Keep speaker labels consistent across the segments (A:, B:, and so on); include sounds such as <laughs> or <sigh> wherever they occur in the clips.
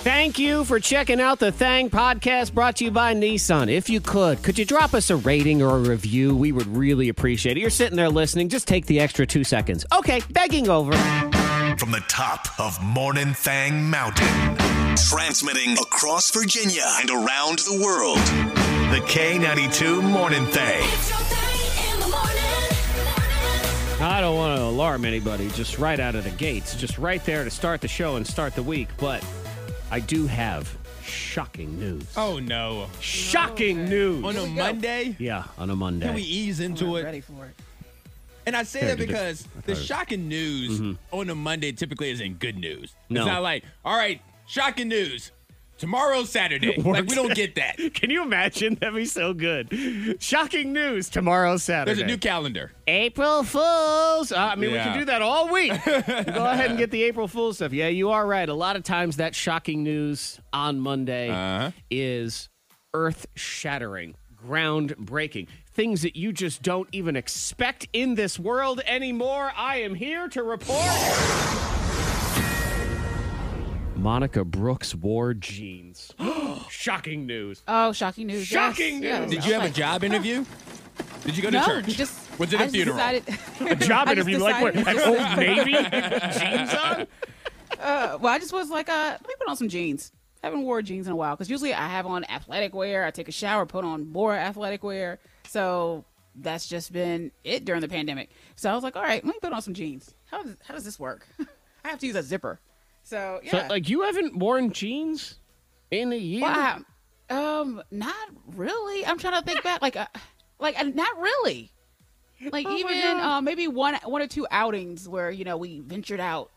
A: Thank you for checking out the Thang podcast brought to you by Nissan. If you could, could you drop us a rating or a review? We would really appreciate it. You're sitting there listening, just take the extra two seconds. Okay, begging over.
B: From the top of Morning Thang Mountain, transmitting across Virginia and around the world. The K92 Morning Thang.
A: I don't want to alarm anybody just right out of the gates, just right there to start the show and start the week, but I do have shocking news.
C: Oh no!
A: Shocking news.
C: On a Monday,
A: Yeah, on a
C: can we
A: Monday.
C: ease into it?
D: ready for it.
C: And I say
A: Yeah,
C: that
A: did it. I
C: because the
A: thought it- Mm-hmm.
C: shocking news on a Monday typically isn't good news.
A: No.
C: It's not like, all right, shocking news.
A: <laughs>
C: Tomorrow's Saturday. like we don't get that.
A: Can you imagine? <laughs> That'd be so good. Shocking news tomorrow, Saturday.
C: There's a new calendar.
A: April Fools. Uh, I mean, we
C: Yeah.
A: can do that all
C: <laughs>
A: week. Go ahead and get the April Fools stuff. Yeah, you are right. A lot of times that shocking news on Monday
C: Uh-huh.
A: is earth shattering, groundbreaking, things that you just don't even expect in this world anymore. I am here to report. Monica Brooks wore
C: <gasps>
A: jeans. shocking news.
D: Oh, shocking news!
A: Shocking
D: yes,
A: news.
C: Did
D: yes.
C: you have a
D: Like,
C: job interview? Did you go to
D: no,
C: church?
D: Just
C: Was it a
D: I just
C: funeral?
A: A
D: Decided, <laughs>
A: job
D: I just
A: interview like what?
D: decided-
A: At Old Navy?
D: <laughs>
A: jeans on?
D: well, I just was like, uh, let me put on some jeans. I haven't wore jeans in a while because usually I have on athletic wear. I take a shower, put on more athletic wear. So that's just been it during the pandemic. So I was like, all right, let me put on some jeans. How does, how does this work? <laughs> I have to use a zipper. So yeah,
A: So, like, you haven't worn jeans in a year?
D: Wow. Um, not really. I'm trying to think back. Like, uh, like uh, not really. Like
C: Oh,
D: even uh, maybe one one or two outings where you know we ventured out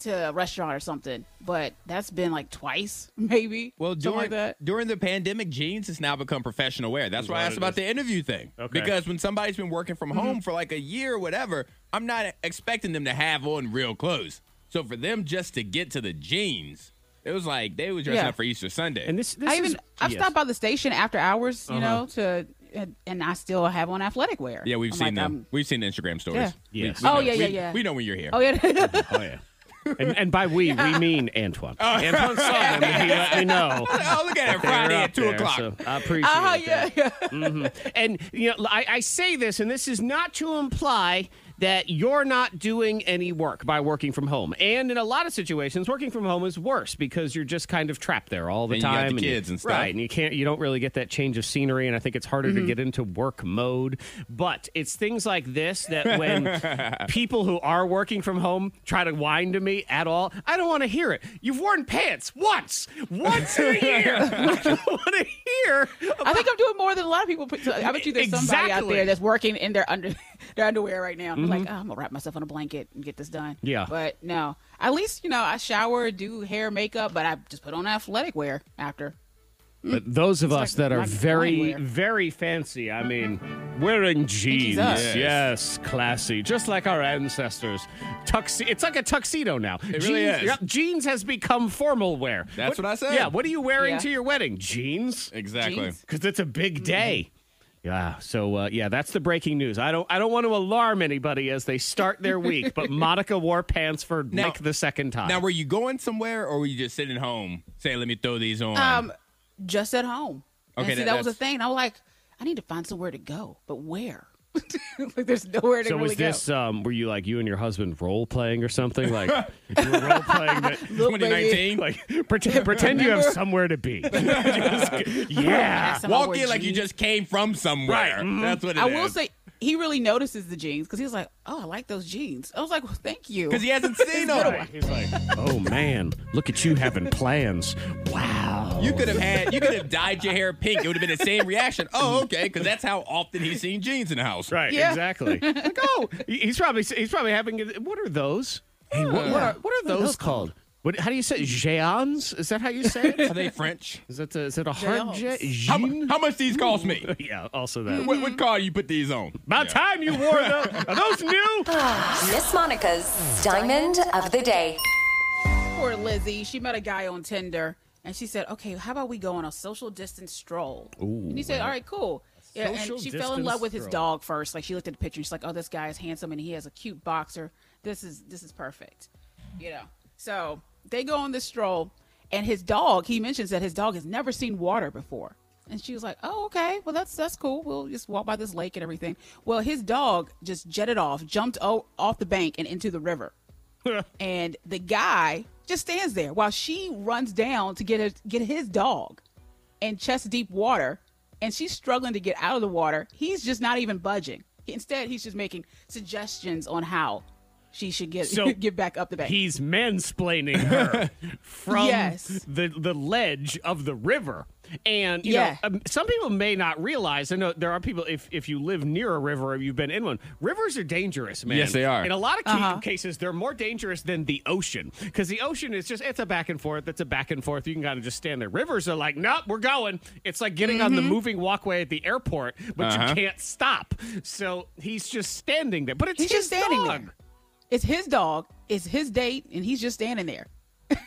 D: to a restaurant or something, but that's been like twice, <laughs> maybe.
C: Well,
D: something
C: during
D: like that.
C: during the pandemic, jeans has now become professional wear. That's why I
A: what
C: asked
A: it
C: about
A: is.
C: the interview thing.
A: Okay. Mm-hmm.
C: Because when somebody's been working from home for like a year or whatever, I'm not expecting them to have on real clothes. So for them just to get to the jeans, it was like they were dressing
D: Yeah.
C: up for Easter Sunday.
A: And this, this
D: I even
A: is,
D: I've
A: yes.
D: stopped by the station after hours, you know, to and, and I still have on athletic wear.
C: Uh-huh. yeah, we've
D: I'm
C: seen
D: like,
C: them.
D: I'm-
C: We've seen the Instagram stories.
D: Yeah.
C: We-
A: Yes.
C: we
D: Oh,
C: know-
D: yeah, yeah,
C: we-
D: yeah.
C: We know when you're here. <laughs>
D: Oh yeah. <laughs>
A: Oh yeah. And, and by we, we mean Antoine.
D: Oh,
A: Antoine saw them and he let me know.
C: oh,
A: <laughs>
C: look at it!
A: They were
C: Friday
A: up
C: at two
A: there,
C: o'clock.
A: so I appreciate
D: Oh
A: that.
D: yeah, yeah.
A: And you know, I, I say this, and this is not to imply that you're not doing any work by working from home. And in a lot of situations, working from home is worse because you're just kind of trapped there all the
C: And you got
A: time.
C: the kids and stuff.
A: Right, and you can't, you don't really get that change of scenery. And I think it's harder to get into work mode. But it's things like this that
C: <laughs>
A: when people who are working from home try to whine to me at all, I don't want to hear it. You've worn pants once, once in a
C: <laughs>
A: year. I don't want to hear.
D: I think I'm doing more than a lot of people. put- I bet you there's somebody out
A: Exactly.
D: there that's working in their under <laughs> their underwear right now. I'm
C: Mm-hmm.
D: Like, oh, I'm gonna wrap myself in a blanket and get this done.
A: Yeah.
D: But no, at least you know I shower, do hair, makeup, but I just put on athletic wear after.
A: But those of us
D: like
A: that are
D: black and
A: very,
D: white wear.
A: very fancy, I mean, wearing jeans,
D: up.
A: yes. classy, just like our ancestors. Tuxi- it's like a tuxedo now. It
C: really
A: jeans,
C: is.
A: Yep, jeans has become formal wear.
C: That's what I said.
A: Yeah, what are you wearing
D: Yeah.
A: to your wedding? Jeans,
C: Exactly.
D: Jeans.
A: because it's a
C: Mm-hmm.
A: big day. Yeah, so uh, yeah, that's the breaking news. I don't, I don't want to alarm anybody as they start their week,
C: <laughs>
A: but Monica wore pants for
C: Now-
A: like the second time.
C: Now, were you going somewhere or were you just sitting home saying, "Let me throw these on"?
D: Um, just at home. And
C: Okay,
D: see,
C: that-
D: that, was a
C: that's-
D: thing. I was like, I need to find somewhere to go, but where? <laughs> like, there's nowhere to
A: So
D: really
A: was this? Um, were you like you and your husband role playing or something? Like you were role playing that,
D: go. Look, baby,
C: 2019.
A: like pretend pretend you have somewhere to be. <laughs> Just- yeah.
D: last time I
C: Walk
D: wore
C: in like you
D: jeans-
C: just came from somewhere.
A: Right. Mhm.
C: That's what it is.
D: I will say he really notices the jeans because he was like, "Oh, I like those jeans." I was like, "Well,
C: <laughs>
D: thank you."
C: because he
D: <laughs>
C: hasn't seen them.
A: He's like, oh man, look at you having plans. Wow.
C: You could have had, you could have dyed your hair pink. It would have been the same reaction. Oh, okay, because that's how often he's seen jeans in the house.
A: right?
D: Yeah.
A: Exactly. like, oh, he- he's probably he's probably having. What are those? Hey, what, what are, what are those, called? What, how do you say jeans? Is that how you say
C: Are
A: it?
C: they French?
A: Is that a, is it a hard je?
D: Jeans. Mm-hmm.
C: How,
A: Jean?
C: how Hmm. much these cost me?
A: Yeah. Also that.
C: What, what car you put these on?
A: About time you wore those. Are those new?
E: Miss Monica's Diamond of the Day.
D: Poor Lizzie. She met a guy on Tinder and she said, Okay, how about we go on a social distance stroll? and he said, All right, cool. Yeah,
A: social
D: and she fell in
A: distance
D: love with his
A: stroll.
D: dog first. Like she looked at the picture and she's like, Oh, this guy is handsome and he has a cute boxer. This is this is perfect. You know. So they go on this stroll And his dog, he mentions that his dog has never seen water before. And she was like, "Oh, okay. Well, that's that's cool. We'll just walk by this lake and everything." Well, his dog just jetted off, jumped o- off the bank and into the river. and the guy just stands there while she runs down to get his, get his dog in chest deep water and she's struggling to get out of the water he's just not even budging instead he's just making suggestions on how she should get
A: So,
D: <laughs> get back up the bank
A: He's mansplaining her
D: <laughs>
A: from
D: Yes.
A: the, the ledge of the river. And, you
D: Yeah.
A: know, um, some people may not realize, I know there are people, if, if you live near a river or you've been in one, rivers are dangerous, man.
C: Yes, they are.
A: In a lot of ca-
D: Uh-huh.
A: cases, they're more dangerous than the ocean because the ocean is just, it's a back and forth. It's a back and forth. You can kind of just stand there. Rivers are like, nope, we're going. It's like getting on
D: Mm-hmm.
A: the moving walkway at the airport, but
C: Uh-huh.
A: you can't stop. So he's just standing there. But it's
D: he's
A: his
D: just standing
A: dog.
D: there it's his dog it's his date and he's just standing there <laughs>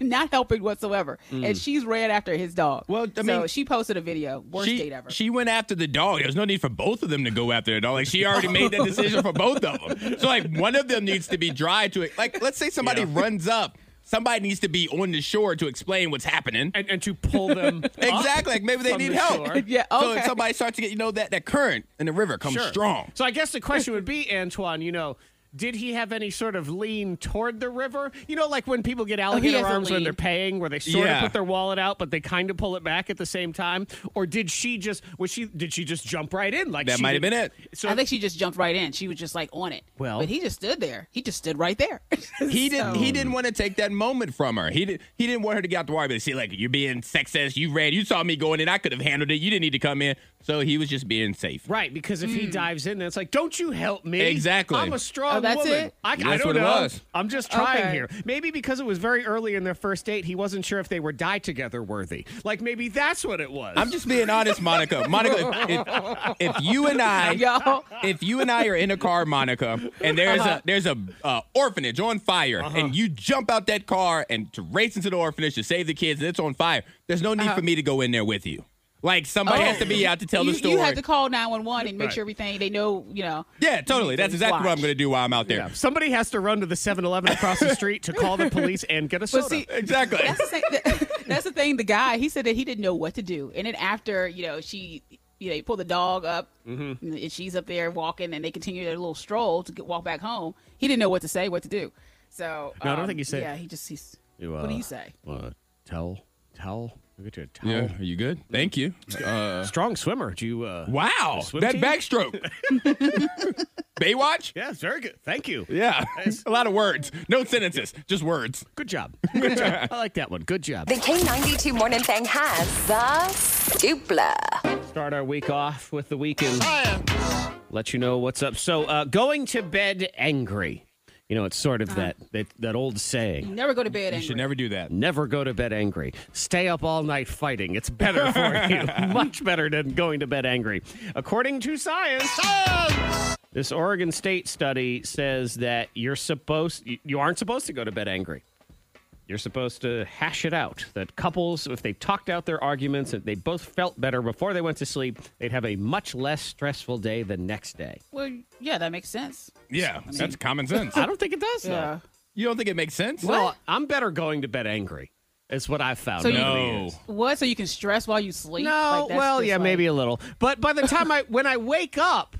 D: not helping whatsoever and she's ran after his dog
C: Mm. Well, I
D: so
C: mean-
D: she posted a video worst
C: she,
D: date ever
C: She went after the dog. There's no need for both of them to go after the dog. Like she already made that decision for both of them. So like one of them needs to be dry to it. Like let's say somebody runs up. Somebody needs to be on the shore to explain what's happening.
A: and, and to pull
C: <laughs>
A: them up
C: Exactly. Like maybe they
A: from
C: need
A: the
C: help. <laughs>
A: shore.
D: yeah okay
C: So if somebody starts to get, you know, that, that current in the river comes
A: Sure.
C: strong.
A: So I guess the question would be, Antoine, you know, did he have any sort of lean toward the river? You know, like when people get alligator
D: Oh, has a
A: arms when
D: lean.
A: they're paying, where they sort
C: Yeah.
A: of put their wallet out, but they kind of pull it back at the same time. Or did she just was she did she just jump right in like
C: That
A: she
C: might have
A: did-
C: been it.
A: So
D: I think she just jumped right in. She was just like on it.
A: Well-
D: but he just stood there. He just stood
C: <laughs>
D: right there.
C: He didn't.
D: So-
C: He didn't want to take that moment from her. He did. He didn't want her to get out the water. But see, like you're being sexist. You read. You saw me going in. I could have handled it. You didn't need to come in. So he was just being safe.
A: Right, because if he dives in, then it's like, don't you help me?
C: Exactly.
A: I'm a strong
D: Hmm. Oh, that's
A: woman.
D: it?
A: I, I
C: That's
A: don't
C: what it
A: know.
C: was.
A: I'm just trying
D: Okay.
A: here. Maybe because it was very early in their first date, he wasn't sure if they were die together worthy. Like maybe that's what it was.
C: I'm just being honest, Monica. Monica, if, if you and
D: <laughs>
C: I,
D: Y'all,
C: if you and I are in a car, Monica, and there's
D: Uh-huh.
C: a there's a uh, orphanage on fire, and you jump out that car and to race into the orphanage to save the kids, and it's on fire. There's no
D: Uh-huh.
C: need for me to go in there with you. Like somebody has to be out to tell
D: Oh. you,
C: the story.
D: you had to call nine one one and make
A: Right.
D: sure everything they know. You know.
C: yeah, totally. That's exactly what I'm
D: Watch.
C: going to do while I'm out there.
A: Yeah. <laughs> Somebody has to run to the 7 Eleven across the street to call the police and get a soda.
D: But see,
C: Exactly.
D: that's the, thing, that's the <laughs> thing. The guy he said that he didn't know what to do, and then after you know she, you know, he pulled the dog up, and she's up there walking, and they continue their little stroll to get, walk back home. He didn't know what to say, what to do. So
A: No, I don't
D: um,
A: think he said-
D: Yeah, he just he's.
A: You,
D: what do
A: uh,
D: you say?
A: uh, towel. Towel. I'll get you a towel.
C: Yeah, are you good? Thank you. Uh,
A: Strong swimmer. Did you. Uh,
C: wow,
A: swim
C: that
A: team?
C: backstroke. <laughs> Baywatch?
A: Yeah, it's very good. Thank you.
C: Yeah, a lot of words. No sentences, just words.
A: Good job. <laughs> Good job. I like that one. Good job.
E: The K92 Morning Thing has the Stupla.
A: Start our week off with the weekend. Let you know what's up. So, uh, going to bed angry. You know, it's sort of
D: Uh-huh.
A: that, that that old saying.
D: You never go to bed angry.
C: never do that.
A: Never go to bed angry. Stay up all night fighting. It's better for you. <laughs> Much better than going to bed angry. According to science, this Oregon State study says that you're supposed you- you aren't supposed to go to bed angry. You're supposed to hash it out. That couples, if they talked out their arguments and they both felt better before they went to sleep, they'd have a much less stressful day the next day.
D: Well, yeah, that makes sense.
C: Yeah, that's common sense.
A: I don't think it does. though.
D: Yeah.
C: <laughs> You don't think it makes sense?
A: Well, I'm better going to bed angry. Is what I've found.
D: So you-
A: over the
C: No.
A: years.
D: What? So you can stress while you sleep?
A: No,
D: Like, that's
A: well,
D: just
A: yeah,
D: like-
A: maybe a little. But by the time I when I wake up,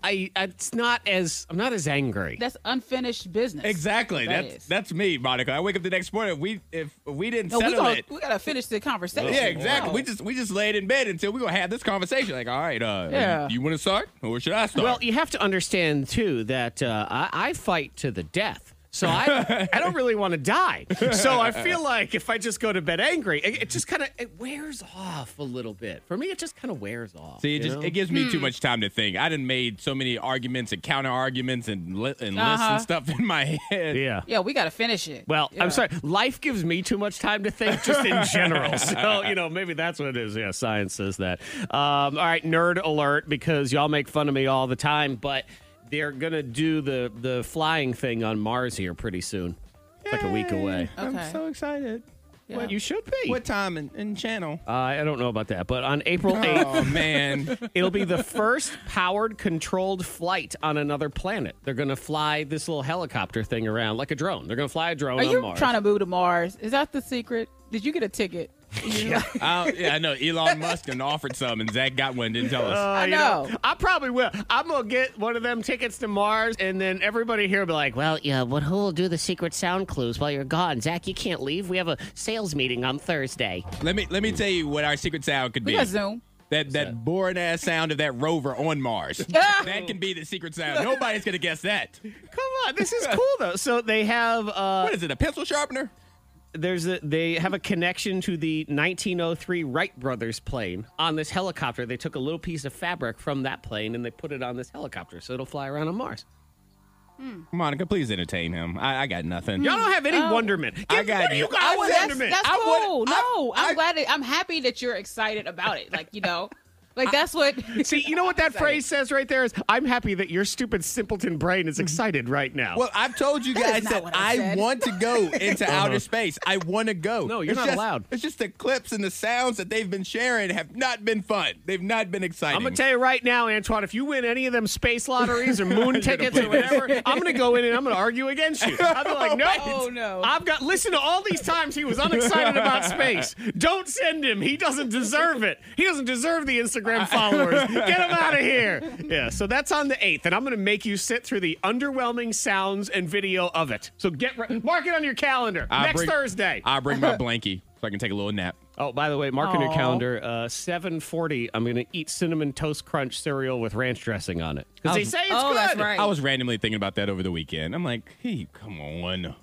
A: I it's not as I'm not as angry.
D: That's unfinished business.
C: Exactly.
D: That
C: that's
D: is.
C: that's me, Monica. I wake up the next morning. If we if we didn't
D: No, we
C: settle
D: gotta,
C: it.
D: we gotta finish the conversation.
C: Yeah, exactly.
D: Wow.
C: We just we just laid in bed until we gonna have this conversation. Like, all right, uh,
D: Yeah.
C: you want to start or should I start?
A: Well, you have to understand too that uh, I, I fight to the death. So
D: <laughs>
A: I, I don't really want to die. So I feel like if I just go to bed angry, it, it just kind of it wears off a little bit. For me, it just kind of wears off.
C: See, it
A: you
C: just
A: know?
C: it gives me
D: Hmm.
C: too much time to think. I done made so many arguments and counter arguments and li- and lists
D: Uh-huh.
C: and stuff in my head.
A: yeah.
D: Yeah, we gotta finish it.
A: Well,
D: Yeah.
A: I'm sorry. Life gives me too much time to think, just in general. <laughs> So, you know, maybe that's what it is. Yeah, science says that. Um, all right, nerd alert, because y'all make fun of me all the time, but they're going to do the, the flying thing on Mars here pretty soon. It's like a week away.
D: Okay.
C: excited.
A: Well, you should be.
C: What time and, and channel?
A: Uh, I don't know about that, but on April 8th,
C: Oh
A: <laughs>
C: man,
A: It'll be the first powered controlled flight on another planet. They're going to fly this little helicopter thing around like a drone. They're going to fly a drone
D: Are
A: on
D: you
A: Mars.
D: trying to move to Mars? Is that the secret? Did you get a ticket?
C: I, yeah, I know Elon Musk and offered some, and Zach got one. Didn't tell us.
D: I
A: You
D: know.
A: I probably will. I'm going to get one of them tickets to Mars and then everybody here will be like, "Well, yeah, but who will do the secret sound clues while you're gone? Zach, you can't leave. We have a sales meeting on Thursday."
C: let me let me tell you what our secret sound could
D: We
C: be.
D: got Zoom.
C: That that boring ass sound of that rover on
D: <laughs>
C: Mars.
D: Ah!
C: that can be the secret sound. Nobody's gonna guess that.
A: Come on. This <laughs> is cool though. So they have uh
C: What is it? A pencil sharpener?
A: there's a they have a connection to the 1903 Wright brothers plane on this helicopter. They took a little piece of fabric from that plane and they put it on this helicopter, so it'll fly around on Mars.
C: Monica, please entertain him. I, I got nothing.
A: Y'all don't have any wonderment. Give,
C: I got
A: what do Oh. you.
C: you.
A: guys
C: I
A: have
C: was-
A: wonderment?
D: Oh, That's, that's
C: I would-
D: cool.
C: I-
D: no, I,
C: I-
D: am glad. That, I'm happy that you're excited about it. Like you know, like that's what.
A: See, you know what that phrase says right there is I'm happy that your stupid simpleton brain is excited right now.
C: Mm-hmm. Well, I've told you
D: is
C: guys
D: not
C: that,
D: what I
C: I,
D: said.
C: want to go
D: <laughs>
C: into outer space. I want to go.
A: Uh-huh. No, you're
C: It's
A: not
C: just-
A: allowed.
C: It's just the clips and the sounds that they've been sharing have not been fun. They've not been exciting.
A: I'm gonna tell you right now, Antoine. If you win any of them space
C: <laughs>
A: lotteries or moon tickets or whatever, I'm gonna go in and I'm gonna argue against you. I'll be like, no,
D: Oh, no.
A: I've got listen to all these times he was unexcited about space. Don't send him. He doesn't deserve it. He doesn't deserve the Instagram followers. Get him out
C: <laughs>
A: of here. Yeah. So that's on the eighth, and I'm gonna make you sit through the underwhelming sounds and video of it. So get re- mark it on your calendar
C: I'll
A: next
C: bring-
A: Thursday.
C: I'll bring my blankie so I can take a little nap.
A: Oh, by the way, mark on your
D: Aw.
A: calendar, uh, 740, I'm going to eat cinnamon toast crunch cereal with ranch dressing on it. Because they say it's
D: oh,
A: good.
D: that's right.
C: I was randomly thinking about that over the weekend. I'm like, hey, come on.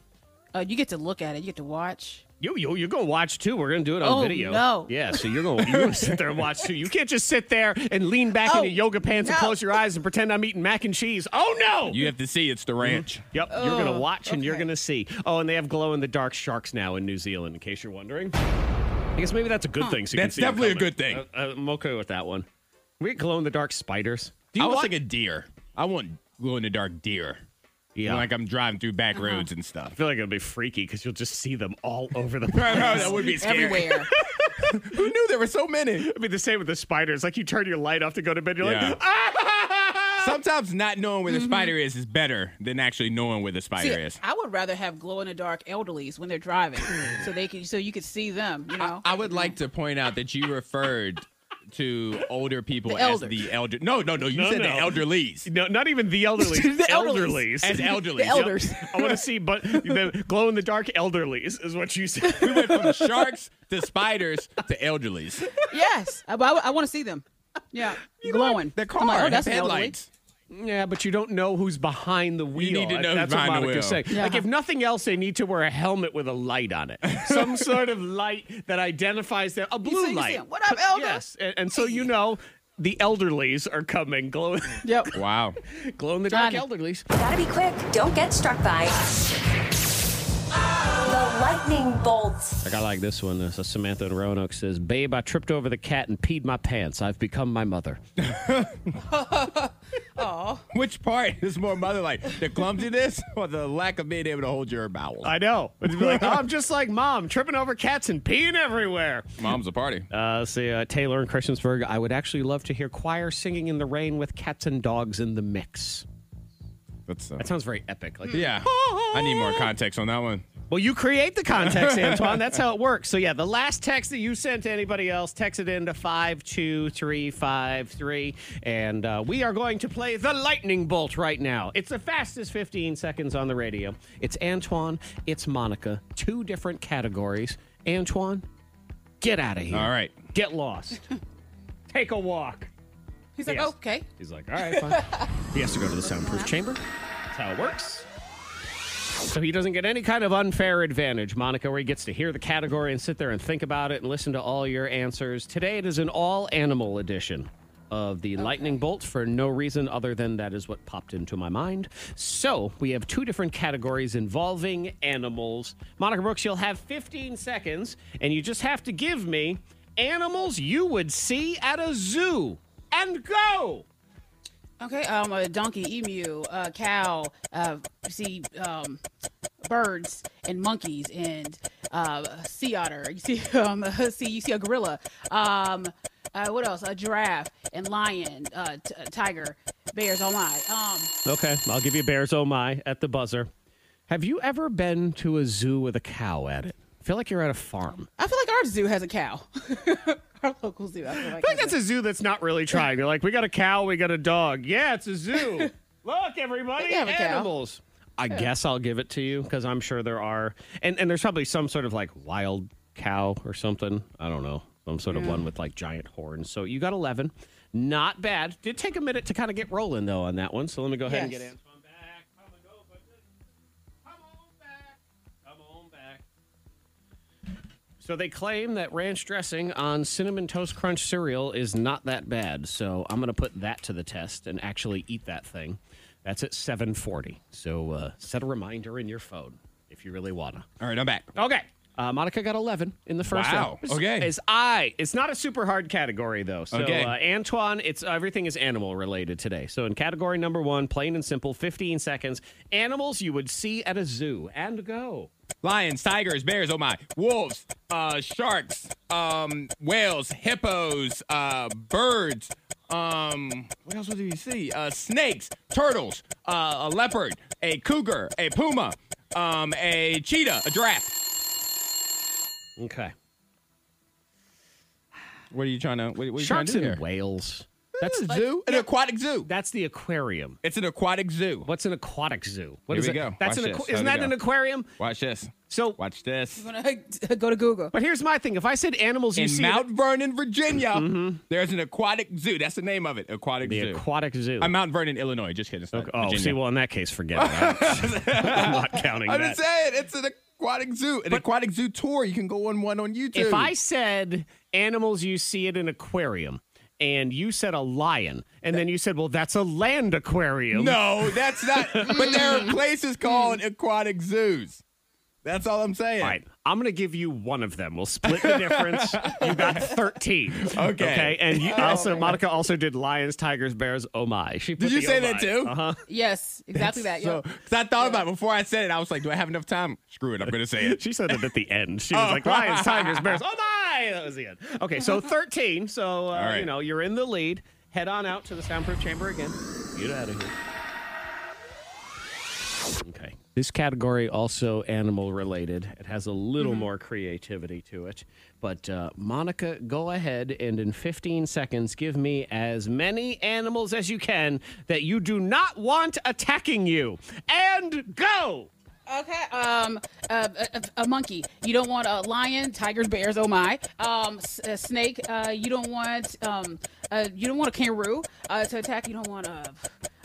D: Uh, you get to look at it. You get to watch.
A: You, you, you're going to watch too. We're going to do it on
D: Oh,
A: video.
D: no.
A: Yeah, so you're going to sit there and watch too. You can't just sit there and lean back
D: Oh,
A: in your yoga pants and
D: no.
A: close your eyes and pretend I'm eating mac and cheese. Oh, no.
C: You have to see it's the ranch.
A: Yep, you're going to watch and you're
D: oh, okay.
A: going to see. Oh, and they have glow in the dark sharks now in New Zealand, in case you're wondering. I guess maybe that's a good thing. So you can
C: That's
A: see 'em
C: definitely a
A: coming.
C: good thing.
A: Uh, I'm okay with that one. We glow in the dark spiders. Do
C: I was
A: want-
C: like a deer. I want glow in the dark deer.
A: Yeah.
C: Like I'm driving through back roads and stuff. <laughs>
A: I feel like it'd be freaky because you'll just see them all <laughs> over the
C: I
A: place.
C: know, that would be scary. <laughs>
D: Everywhere.
C: Who knew there were so <laughs> many?
A: It'd be the same with the spiders. Like you turn your light off to go to bed, you're
C: Yeah.
A: like, ah!
C: Sometimes not knowing where the spider is is better than actually knowing where the
D: See,
C: spider is.
D: I would rather have glow in the dark elderlies when
C: <laughs>
D: they're driving, so they can so you could see them. You know,
C: I would like to point out that you referred to older people
D: The
C: as
D: elders.
C: the elder. No, no, no. You
A: No,
C: said the
A: no.
C: <laughs> elderlies.
A: <laughs> No, not even <laughs> the elderly.
D: The
A: elderlies.
D: elderlies.
C: As elderlies.
D: the elders.
A: <laughs> I want to see, but the glow in the dark elderlies is what you said.
C: We went from sharks to spiders to elderlies.
D: <laughs> yes, I, I, want to see them. Yeah, glowing.
C: The car
D: I'm like, oh,
C: has
D: that's an elderly.
C: headlights.
A: <laughs> Yeah, but you don't know who's behind the wheel.
C: need to know who's
A: That's what
C: behind the
A: Monica's
C: wheel.
A: saying. Like,
D: Yeah.
A: if nothing else, they need to wear a helmet with a light on <laughs> it. Some sort of light that identifies them. A blue
D: see
A: light.
D: them. What up, elder?
A: Yes. And, and so you know the elderlies are coming. Glow, <laughs>
D: Yep.
C: Wow.
A: glow in the dark
D: Done.
A: elderlies.
E: Gotta be quick. Don't get struck by the lightning bolts.
A: Like I like this one. This is Samantha in Roanoke says, "Babe, I tripped over the cat and peed my pants. I've become my mother."
C: <laughs> Which part is more mother like? The clumsiness or the lack of being able to hold your bowel?
A: I know. It's <laughs> like, oh, I'm just like mom, tripping over cats and peeing everywhere.
C: Mom's a party.
A: Uh, see, uh, Taylor in Christiansburg. I would actually love to hear choir singing in the rain with cats and dogs in the mix.
C: That's, uh,
A: That sounds very epic. Like,
C: yeah. I need more context on that one.
A: Well, you create the
C: <laughs>
A: context, Antoine. That's how it works. So, yeah, the last text that you sent to anybody else, text it into 52353. And uh, we are going to play the lightning bolt right now. It's the fastest 15 seconds on the radio. It's Antoine, it's Monica, two different categories. Antoine, get out of here.
C: All right.
A: Get
C: <laughs>
A: lost. Take a walk.
D: He's like,
A: Yes.
D: okay.
A: He's like, all right, fine. he has to go to the soundproof chamber. That's how it works. So he doesn't get any kind of unfair advantage, Monica, where he gets to hear the category and sit there and think about it and listen to all your answers. Today it is an all animal edition of the lightning bolt for no reason other than that is what popped into my mind. So we have two different categories involving animals. Monica Brooks, you'll have 15 seconds and you just have to give me animals you would see at a zoo and go.
D: Okay, um, a donkey, emu, a cow. Uh, see, um, birds and monkeys and uh, sea otter. You see, <laughs> um, see, you see a gorilla. Um, uh, what else? A giraffe and lion, uh, t- tiger, bears. Oh my. Um,
A: Okay, I'll give you bears. Oh my! At the buzzer. Have you ever been to a zoo with a cow at it? Feel like you're at a farm.
D: I feel like our zoo has a cow. <laughs> our local zoo. I feel like,
A: I think
D: has
A: that's a zoo that's not
D: <laughs>
A: really trying. They're like, we got a cow, we got a dog. Yeah, it's a
D: <laughs>
A: zoo. Look, everybody,
D: They have a cow.
A: animals. I guess I'll give it to you because I'm sure there are, and and there's probably some sort of like wild cow or something. I don't know, some sort of one with like giant horns. So you got 11, not bad. Did take a minute to kind of get rolling though on that one. So let me go ahead and
D: Yes.
A: get Antoine back. Come on over. Come on back. Come on back. So they claim that ranch dressing on cinnamon toast crunch cereal is not that bad. So I'm going to put that to the test and actually eat that thing. That's at 7:40. So uh, set a reminder in your phone if you really wanna.
C: All right, I'm back.
A: Okay. Uh, Monica got 11 in the first
C: Wow.
A: round.
C: Okay.
A: It's I. It's not a super hard category though. So
C: Okay.
A: uh, Antoine, it's everything is animal related today. So in category number 1, plain and simple, 15 seconds, animals you would see at a zoo and go.
C: Lions, tigers, bears, oh my, wolves, uh, sharks, um, whales, hippos, uh, birds, um, what else would you see? Uh, snakes, turtles, uh, a leopard, a cougar, a puma, um, a cheetah, a giraffe.
A: Okay.
C: What are you trying to? What, what are you
A: Sharks
C: trying to do
A: and
C: here?
A: whales. That's
C: It's a zoo, an aquatic zoo.
A: That's the aquarium.
C: It's an aquatic zoo.
A: What's an aquatic zoo? What
C: Here
A: is
C: we
A: it?
C: go.
A: That's
C: Watch
A: an aqu-
C: this.
A: isn't
C: There
A: that
C: we
A: an
C: go.
A: aquarium?
C: Watch this.
A: So-
C: watch this.
D: a- <laughs> Go to Google.
A: But here's my thing. If I said animals, you
C: In
A: see Mm-hmm.
C: Mount Vernon, Virginia, there's an aquatic zoo. That's the name of it. Aquatic
A: the
C: zoo.
A: aquatic zoo.
C: I'm Mount Vernon, Illinois. Just kidding. It's not
A: oh,
C: Virginia.
A: see, well, in that case, forget
C: <laughs>
A: it. I'm not counting
C: I'm
A: that.
C: just saying, it's an aquatic zoo. An aquatic zoo tour. You can go on one on YouTube.
A: if I said animals, you see at an aquarium, and you said a lion, and then you said, well, that's a land aquarium.
C: no, that's
A: <laughs>
C: not. but there are
A: Hmm.
C: places called aquatic zoos. That's all I'm saying.
A: All right, I'm going to give you one of them. We'll split the difference. you
C: <laughs>
A: got 13. Okay. And you also, Monica also did lions, tigers, bears. Oh my. She put
C: Oh, Did you
A: the
C: say
A: oh
C: that
A: my.
C: too?
D: Yes, exactly that.
C: So,
D: yep.
C: because I thought about it before I said it, I was like, "Do I have enough time?" Screw it, I'm gonna say it.
A: <laughs> She said it at the end. She was
C: Oh.
A: like, lions, tigers, bears. Oh my! That was the end. Okay, so 13. So, uh,
C: right.
A: you know, you're in the lead. Head on out to the soundproof chamber again. Get out of here. Okay. This category also animal related. It has a little more creativity to it. But uh, Monica, go ahead and in 15 seconds, give me as many animals as you can that you do not want attacking you. And go!
D: Okay. Um, a, a, a monkey. You don't want a lion, tigers, bears. Oh my. Um, s- a snake. Uh, you don't want. Um, uh, you don't want a kangaroo uh, to attack. You don't want a,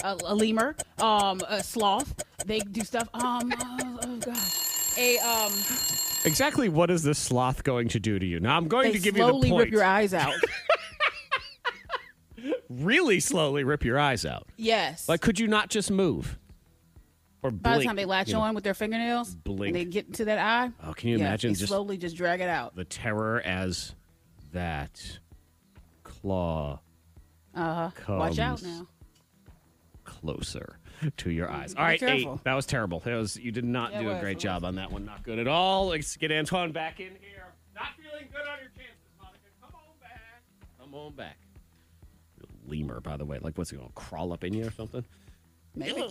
D: a, a lemur. Um, a sloth. They do stuff. Um, oh, oh gosh. A um.
A: Exactly what is this sloth going to do to you? Now I'm going
D: They
A: to give you the
D: slowly
A: point.
D: rip your
A: <laughs>
D: eyes out.
A: Really slowly rip your eyes out.
D: yes.
A: Like could you not just move? Or blink.
D: By the time they latch
A: you know?
D: on with their fingernails,
A: blink.
D: and they get into that eye.
A: Oh, can you
D: yeah,
A: imagine
D: They
A: just-
D: slowly just drag it out.
A: The terror as that claw
D: Uh huh. Watch out
A: comes.
D: now.
A: closer to your eyes. All right, eight.
D: Careful.
A: That was terrible. That was you did not
D: Yeah, it
A: do a
D: was,
A: great
D: it was.
A: job on that one. Not good at all. Let's get Antoine back in here. Not feeling good on your chances, Monica. Come on back. Come on back. Lemur, by the way. Like, what's it going to crawl up in you or something?
D: Maybe.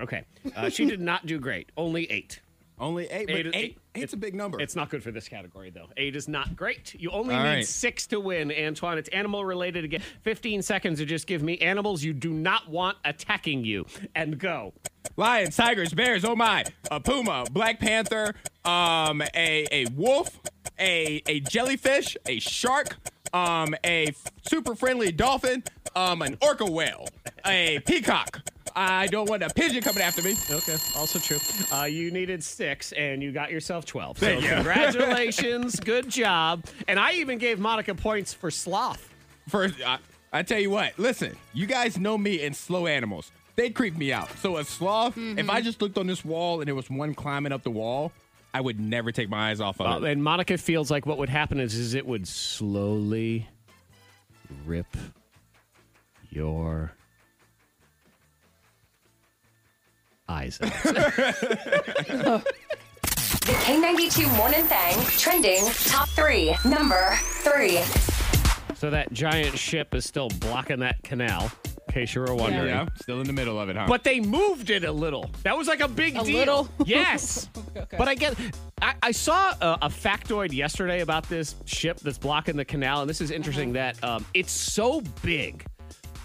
A: Okay. Uh, she did not do great. Only eight.
C: Only eight, but
A: Eight
C: eight,
A: is- eight-
C: eight's a big number.
A: It's not good for this category, though. Eight is not great. You only
C: All
A: need
C: right.
A: six to win, Antoine. It's animal related again. 15 seconds to just give me animals you do not want attacking you. And go.
C: lions, tigers, bears. Oh my, a puma, black panther, um, a a wolf, a a jellyfish, a shark, um, a f- super friendly dolphin, um, an orca whale, a peacock. I don't want a pigeon coming after me.
A: Okay, also true. Uh, you needed six, and you got yourself 12. So
C: <laughs>
A: congratulations. Good job. And I even gave Monica points for sloth.
C: First, I, I tell you what. Listen, you guys know me and slow animals. They creep me out. So a sloth, if
A: Mm-hmm.
C: I just looked on this wall and there was one climbing up the wall, I would never take my eyes off of
A: Uh,
C: it.
A: and Monica feels like what would happen is, is it would slowly rip your
C: <laughs>
A: eyes out.
E: The K92 Morning Thang trending top three. Number three.
A: So that giant ship is still blocking that canal, in case you were wondering.
C: Yeah, still in the middle of it, huh?
A: But they moved it a little. That was like a big
D: A
A: deal.
D: little? <laughs>
A: Yes. But I get. I, I saw a, a factoid yesterday about this ship that's blocking the canal, and this is interesting.
D: Uh-huh.
A: That um, it's so big.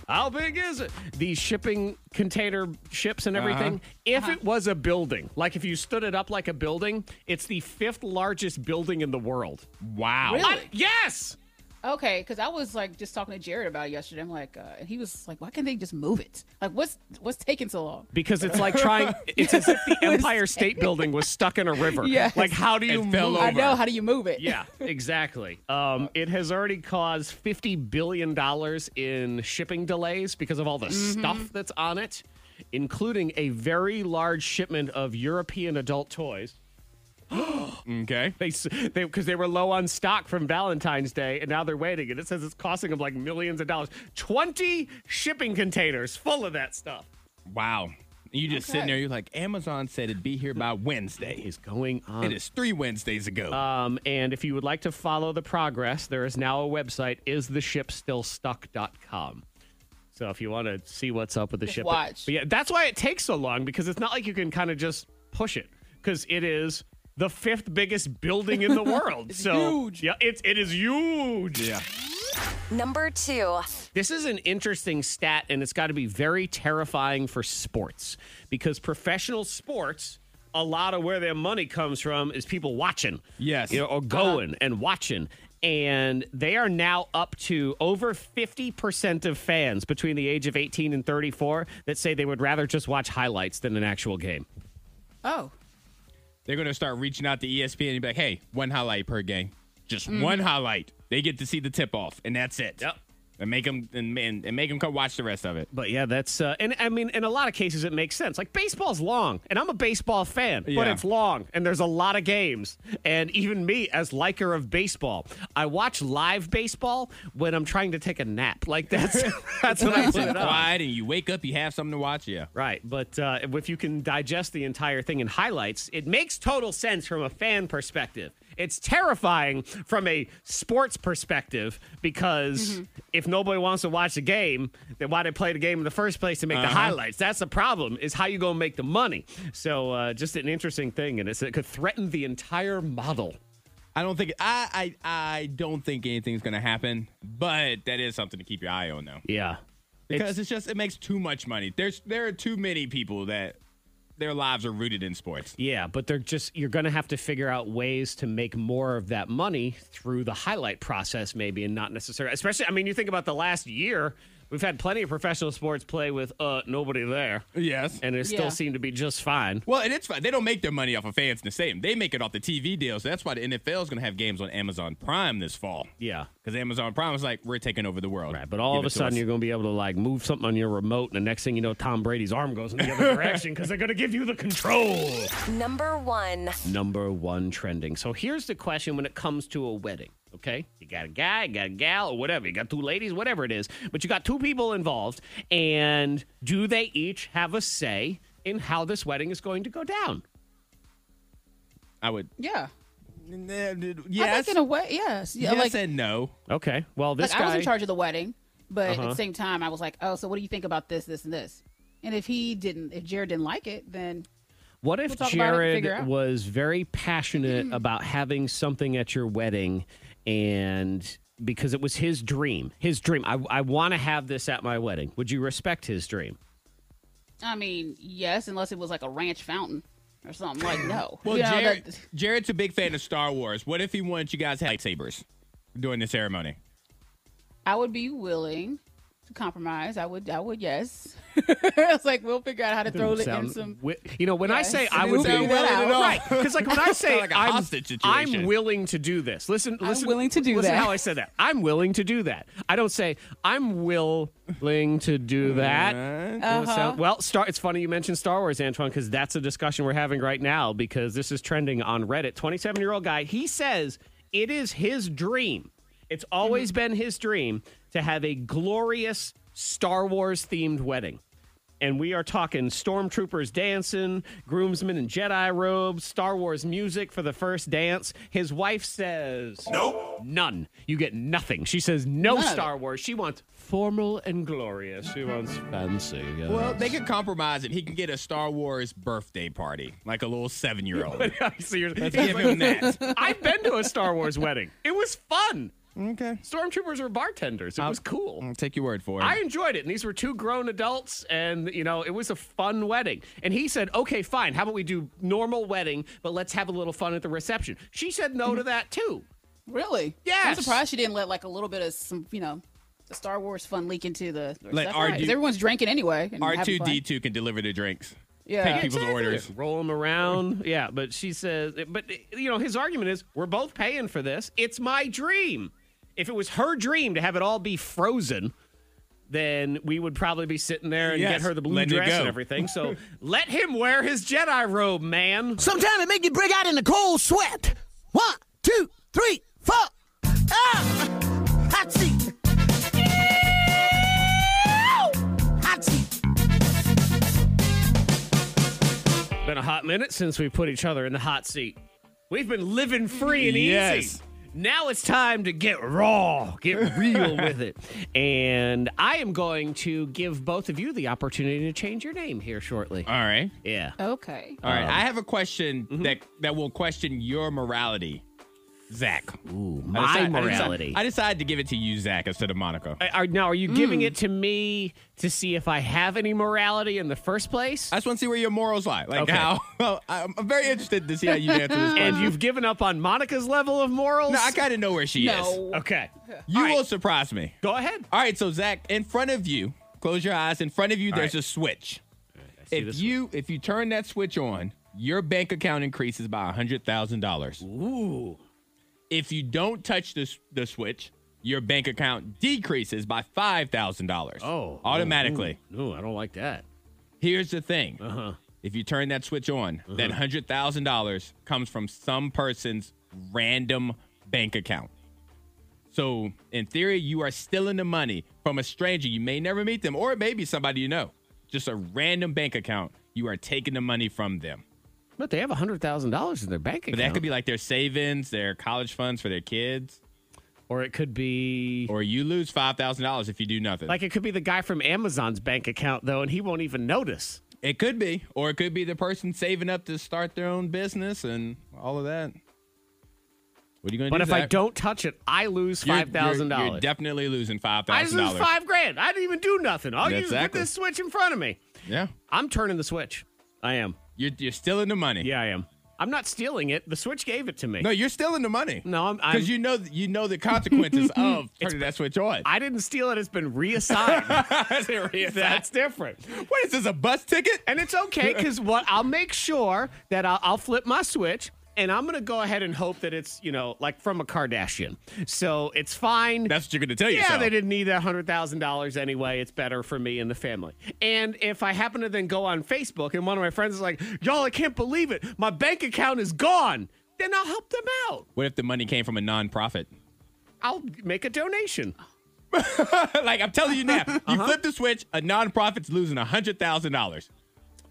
A: How big is it? These shipping container ships and
C: Uh-huh.
A: everything. If
D: Uh-huh.
A: it was a building, like if you stood it up like a building, it's the fifth largest building in the world.
C: wow.
A: I- yes.
D: Okay, because I was like just talking to Jared about it yesterday. I'm like, uh, and he was like, why can't they just move it? Like, what's what's taking so long?
A: Because it's
D: <laughs>
A: like trying. It's as if the Empire State Building was stuck in a river.
D: <laughs> Yes.
A: Like, how do you
C: It fell
A: move-
D: I
C: Over.
D: know. How do you move it?
A: Yeah, exactly. Um, it has already caused fifty billion dollars in shipping delays because of all the stuff that's on it, including a very large shipment of European adult toys.
C: Okay.
A: They s- they because they were low on stock from Valentine's Day, and now they're waiting. And it says it's costing them like millions of dollars. Twenty shipping containers full of that stuff.
C: Wow. You just sitting there, you're like, Amazon said it'd be here by Wednesday.
A: Is going on.
C: It is three Wednesdays ago.
A: Um, and if you would like to follow the progress, there is now a website, istheshipstillstuck.com. So if you want to see what's up with the ship.
D: watch.
A: But yeah, that's why it takes so long because it's not like you can kind of just push it because it is the fifth biggest building
D: <laughs>
A: in the world. so
D: huge.
A: yeah, it's it is huge.
C: yeah.
E: Number two.
A: This is an interesting stat, and it's got to be very terrifying for sports because professional sports, a lot of where their money comes from is people watching.
C: Yes.
A: You know, or going and watching. And they are now up to over 50% of fans between the age of 18 and 34 that say they would rather just watch highlights than an actual game.
D: <laughs> Oh,
C: They're going to start reaching out to E ESPN and be like, hey, one highlight per game. Just one highlight. They get to see the tip off, and that's it.
A: Mm-hmm. Yep.
C: And make them and, and, and make them come watch the rest
A: <laughs>
C: of it.
A: But yeah, that's uh, and I mean, in a lot of cases, it makes sense. Like baseball's long, and I'm a baseball fan, but
C: Yeah.
A: it's long, and there's a lot of games. And even me, as liker of baseball, I watch live baseball when I'm trying to take a nap. Like that's <laughs> that's when I
C: It's
A: put it on.
C: quiet, and you wake up, you have something to watch. Yeah.
A: Right, but uh, if you can digest the entire thing in highlights, it makes total sense from a fan perspective. It's terrifying from a sports perspective because if nobody wants to watch the game, then why they play the game in the first place to make the highlights? That's the problem. Is how you gonna make the money? So uh, just an interesting thing, and it's, it could threaten the entire model.
C: I don't think I I, I don't think anything's going to happen, but that is something to keep your eye on though.
A: Yeah,
C: Because it's, just it makes too much money. There's there are too many people that their lives are rooted in sports.
A: Yeah, but they're just you're going to have to figure out ways to make more of that money through the highlight process maybe and not necessarily especially I mean you think about the last year we've had plenty of professional sports play with uh nobody there
C: Yes.
A: and it
D: Yeah.
A: still seemed to be just fine.
C: Well, and it's fine. They don't make their money off of fans the same. They make it off the TV deal. So that's why the NFL is going to have games on Amazon Prime this fall.
A: Yeah.
C: Because Amazon Prime is like, we're taking over the world.
A: Right, but all of
C: Give it
A: a
C: to
A: sudden
C: us.
A: you're going to be able to like move something on your remote and the next thing you know Tom Brady's arm goes in the other
C: <laughs>
A: direction cuz they're going to give you the control.
E: Number one.
A: number one trending. So here's the question when it comes to a wedding, okay? You got a guy, you got a gal, or whatever. You got two ladies, whatever it is. But you got two people involved, and do they each have a say in how this wedding is going to go down?
C: I would.
D: yeah. I
C: Yes.
D: think in a way, yes. Yeah,
C: yes
D: like,
C: and no.
A: Okay. Well, this
D: like I was
A: guy.
D: in charge of the wedding, but at the same time, I was like, oh, so what do you think about this, this, and this? And if he didn't, if Jared didn't like it, then
A: what if
D: We'll talk about it and figure
A: Jared
D: out.
A: was very
D: <clears throat>
A: passionate about having something at your wedding and because it was his dream, his dream. I, I want to have this at my wedding. Would you respect his dream?
D: I mean, yes, unless it was like a ranch fountain or something. Like, no.
C: Well,
D: You know,
C: Jared,
D: that-
C: Jared's a big fan of Star Wars. What if he wanted you guys to have lightsabers during the ceremony?
D: I would be willing to compromise. I would. I would. Yes. <laughs> I was like, we'll figure out how to throw it in
A: sound
D: some.
A: wi- you know, when I
D: Yes.
A: say
D: It
A: I
D: didn't
A: would be
D: sound
A: willing,
D: willing at all.
A: Oh, right? Because like
C: <laughs>
A: when I say
C: Like a
A: I'm,
C: hostage situation.
A: I'm willing to do this. Listen, listen,
D: willing to do
A: listen
D: that.
A: How I said that. I'm willing to do that. I don't say I'm willing to do that.
D: Uh-huh.
A: Doesn't sound- well, Star. It's funny you mentioned Star Wars, Antoine, because that's a discussion we're having right now because this is trending on Reddit. 27 year old guy. He says it is his dream. It's
D: Mm-hmm.
A: always been his dream to have a glorious Star Wars themed wedding and we are talking stormtroopers dancing, groomsmen in Jedi robes, Star Wars music for the first dance. His wife says,
B: Nope.
A: None. You get nothing. She says, No
D: None.
A: Star Wars. She wants formal and glorious. She wants fancy. yes. <laughs>
C: Well, they could compromise him. He can get a Star Wars birthday party, like a little seven year old.
A: <laughs> Seriously.
C: Let's
A: He's
C: give
A: like,
D: <laughs>
C: him that.
A: I've been to a Star Wars wedding. It was fun.
C: Okay.
A: Stormtroopers were bartenders. It
C: Uh,
A: was cool.
C: I'll take your word for it.
A: I enjoyed it. And these were two grown adults, and you know, it was a fun wedding. And he said, Okay, fine, how about we do normal wedding, but let's have a little fun at the reception. She said no to that too.
D: Really? I'm
A: Yes.
D: surprised she didn't let like a little bit of some, you know, the Star Wars fun leak into the.
C: Like
D: Like
C: R2
D: everyone's drinking anyway. and having
C: R2
D: fun.
C: D2 can deliver the drinks.
D: Yeah.
C: Take people's
A: Exactly.
C: orders.
A: Roll them around. Yeah, but she says, but you know, his argument is we're both paying for this. It's my dream. If it was her dream to have it all be frozen, then we would probably be sitting there and
C: Yes,
A: get her the blue
C: letting it
A: dress and
C: go.
A: everything. So
C: <laughs>
A: let him wear his Jedi robe, man.
F: Sometimes it make you break out in a cold sweat. One, two, three, four. Ah! Hot seat. Ew! Hot seat.
A: Been a hot minute since we put each other in the hot seat. We've been living free and easy.
C: Yes.
A: Now it's time to get raw, get real
C: <laughs>
A: with it. And I am going to give both of you the opportunity to change your name here shortly.
C: All right.
A: yeah.
D: Okay.
C: All
A: Um,
C: right. I have a question
A: mm-hmm.
C: that, that will question your morality, Zach.
A: Ooh,
C: I decide- I
A: my
C: decide-
A: morality.
C: I decided to give it to you, Zach, instead of Monica.
A: I- are, now, are you giving
C: hmm.
A: it to me to see if I have any morality in the first place?
C: I just want to see where your morals lie. Like
A: Okay.
C: how <laughs> I'm I'm very interested to see how you answer this
A: <laughs>
C: question.
A: and you've given up on Monica's level of morals?
C: no, I kind of know where she is.
D: No.
A: okay.
C: You
A: All right,
C: will surprise me.
A: Go
C: <laughs>
A: ahead.
C: All right, so Zach, in front of you, close your eyes. In front of you, there's
A: right.
C: a switch.
A: see
C: If
A: this
C: you if you turn that switch on, your bank account increases by hundred thousand dollars.
A: Ooh.
C: If you don't touch this the switch, your bank account decreases by five thousand dollars.
A: Oh.
C: automatically.
A: No, I don't like that.
C: Here's the thing. Uh-huh. If you turn that switch on, that hundred thousand dollars comes from some person's random bank account. So in theory, you are stealing the money from a stranger. You may never meet them, or it may be somebody you know. Just a random bank account. You are taking the money from them.
A: But they have $100,000 in their bank account.
C: But that could be like their savings, their college funds for their kids.
A: or it could be.
C: Or you lose five thousand dollars if you do nothing.
A: Like, it could be the guy from Amazon's bank account, though, and he won't even notice.
C: it could be. Or it could be the person saving up to start their own business and all of that. What are you gonna
A: But
C: do?
A: if I
C: Zach?
A: don't touch it, I lose
C: You're- you're-
A: $5,000.
C: You're, definitely losing five
A: I
C: thousand
A: just lose
C: dollars.
A: five grand. I didn't even do nothing. All you did is put
C: Exactly.
A: this switch in front of me.
C: Yeah,
A: I'm turning the switch. I am.
C: you're you're stealing the money.
A: Yeah, I am. I'm not stealing it. The Switch gave it to me.
C: No, you're stealing the money.
A: No, I'm- I'm-
C: because you know you know
A: <laughs>
C: the consequences of turning that switch on.
A: I didn't steal it. It's been reassigned.
C: <laughs>
A: <laughs> That's different.
C: what is this? A bus ticket?
A: And it's okay because what I'll make sure that I'll, I'll flip my Switch and I'm going to go ahead and hope that it's, you know, like from a Kardashian. So it's fine.
C: That's what you're gonna tell
A: yeah,
C: yourself.
A: they didn't need that hundred thousand dollars anyway. It's better for me and the family. And if I happen to then go on Facebook and one of my friends is like, "Y'all, I can't believe it! My bank account is gone," then I'll help them out.
C: What if the money came from a nonprofit? <laughs>
A: I'll make a donation.
C: like I'm telling
A: <laughs>
C: you now, you
A: Uh-huh.
C: flip the switch, a nonprofit's losing hundred thousand dollars.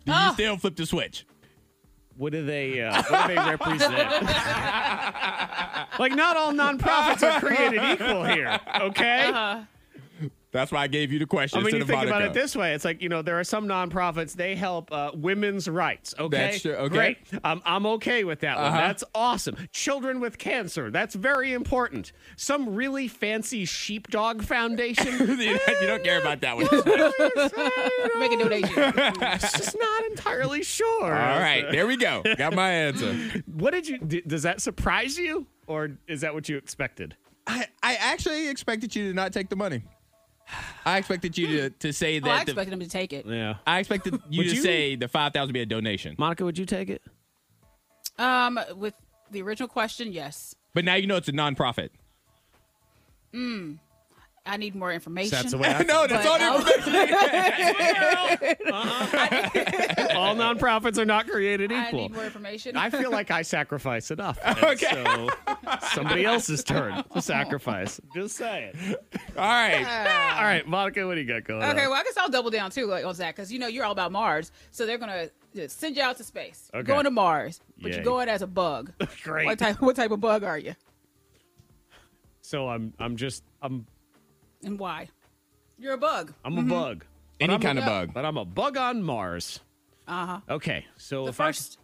C: Do
A: Ah.
C: you still flip the switch?
A: What do they? Uh, what do they represent? <laughs> like, not all nonprofits are created equal here. Okay.
C: That's why I gave you the question.
A: I mean,
C: instead
A: you
C: of
A: think about
C: Monica.
A: it this way: it's like you know, there are some nonprofits they help uh, women's rights. Okay,
C: That's true, okay. Uh-huh.
A: great. Um, I'm okay with that one. That's awesome. Children with cancer. That's very important. Some really fancy sheepdog foundation.
C: you don't- <laughs> you don't care about that one.
D: Make
A: <laughs>
D: a donation.
A: I'm just not entirely sure.
C: All right, there we go. Got my answer.
A: What did you? d- Does that surprise you, or is that what you expected?
C: I, I actually expected you to not take the money. I expected you to, to say
D: oh, I
C: that.
D: expected him to take it.
A: Yeah.
C: the, I expected you
A: Would
C: to
A: you-
C: say the five thousand be a donation.
A: Monica, would you take it?
D: Um, with the original question, yes.
C: But now you know it's a nonprofit.
D: I need more information.
G: That's
D: <laughs>
G: the way I
C: <laughs> no, that's all
D: But
C: they Uh,
D: I'll-
A: All nonprofits are not created
D: I
A: equal.
D: need more information.
A: I feel like I sacrifice enough. Okay. So somebody else's turn to sacrifice. Just saying.
C: All <laughs> right.
A: All right, Monica, what do you got going
D: <laughs> Okay,
A: on?
D: well, I guess I'll double down too like, on Zach because you know you're all about Mars, so they're gonna uh, send you out to space. You're
A: Okay.
D: going to Mars, but
A: Yay.
D: you're going as a bug.
A: <laughs> Great.
D: What type? What type of bug are you,
A: So I'm I'm just I'm
D: and why? You're a bug.
A: I'm a bug.
C: Any kind of bug.
A: But I'm a bug on Mars. Uh-huh. Okay. So
D: The
A: if
D: first.
A: I,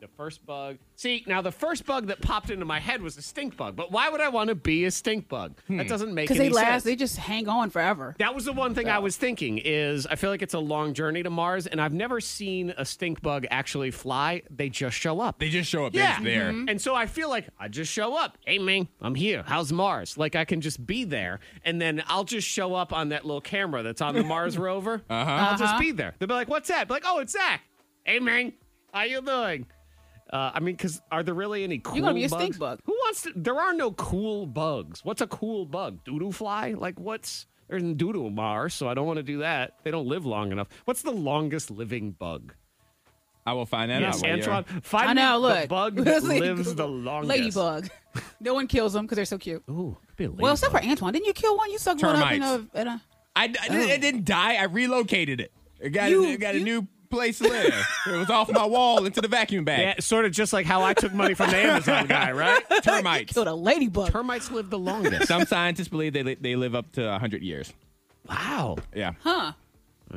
A: the first bug. See, now the first bug that popped into my head was a stink bug, but why would I want to be a stink bug? That doesn't make
D: Because
A: any
D: they last,
A: sense.
D: they just hang on forever.
A: That was the one thing I was thinking is I feel like it's a long journey to Mars, and I've never seen a stink bug actually fly. They just show up.
C: They just show up. They're
A: yeah,
C: just there.
A: Mm-hmm. And so I feel like I just show up. Hey, man, I'm here. How's Mars? Like I can just be there, and then I'll just show up on that little camera that's on the <laughs> Mars rover. Uh-huh. I'll just be there. They'll be like, "What's that?" Be like, "Oh, it's Zach. Hey, man, how you doing?" Uh, I mean, because are there really any cool?
D: You're gonna be a
A: bugs?
D: stink bug.
A: Who wants to? There are no cool bugs. What's a cool bug? Doodoo fly? Like what's? There's doodoo on Mars, so I don't want to do that. They don't live long enough. What's the longest living bug?
C: I will find that out.
A: Yes,
C: while you're-
A: Antoine. Find
D: I know.
A: me
D: Look,
A: the
D: <laughs>
A: bug that
D: Let's see.
A: lives the longest.
D: Ladybug. No one kills them because they're so cute.
A: Ooh, could be a ladybug.
D: Well, except for Antoine, didn't you kill one? You sucked one up
C: Termites.
D: in a. In a
C: I, I- it didn't die. I relocated it. I got,
D: You-
C: I got a
D: you-
C: new place to live. it was off my wall into the vacuum
A: <laughs> yeah,
C: bag.
A: sort of just like how I took money from <laughs> the Amazon guy, right?
D: <laughs>
C: Termites.
D: killed a ladybug.
A: Termites live the longest.
C: Some scientists believe they li- they live up to 100 years.
A: wow,
C: Yeah.
A: there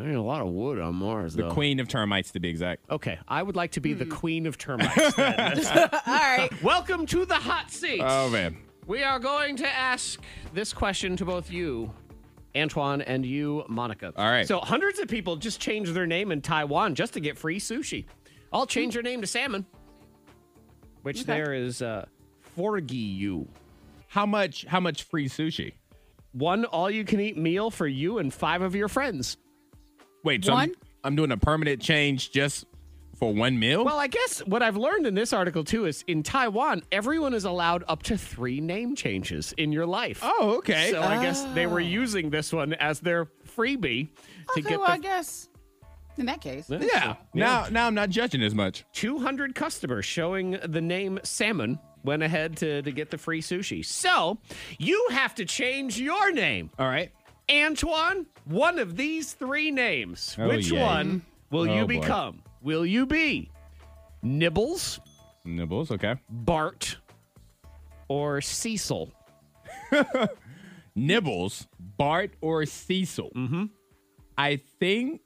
A: ain't a lot of wood on Mars.
C: The queen of termites, to be exact.
A: Okay, I would like to be the queen of termites. then.
D: All right.
A: Hmm. <laughs> Welcome to the hot seat.
C: Oh, man.
A: We are going to ask this question to both you, Antoine, and you, Monica.
C: All right.
A: So hundreds of people just changed their name in Taiwan just to get free sushi. I'll change their name to salmon, which there is uh, forgiu.
C: How much? How much free sushi?
A: One all-you-can-eat meal for you and five of your friends.
C: Wait, so I'm,
D: One?
C: I'm doing a permanent change just for one meal.
A: Well, I guess what I've learned in this article too is in Taiwan, everyone is allowed up to three name changes in your life.
C: oh, okay.
A: So
C: Ah.
A: I guess they were using this one as their freebie to
D: Okay.
A: get
D: Well, I
A: the
D: guess. In that case.
C: yeah. Now, now I'm not judging as much.
A: 200 customers showing the name Salmon went ahead to, to get the free sushi. So you have to change your name.
C: All right.
A: Antoine, one of these three names.
C: Oh,
A: Which
C: yay.
A: one will
C: Oh,
A: you
C: boy.
A: become? Will you be Nibbles,
C: Nibbles. Okay.
A: Bart, or Cecil?
C: Nibbles, Bart, or Cecil. Mm-hmm. I think.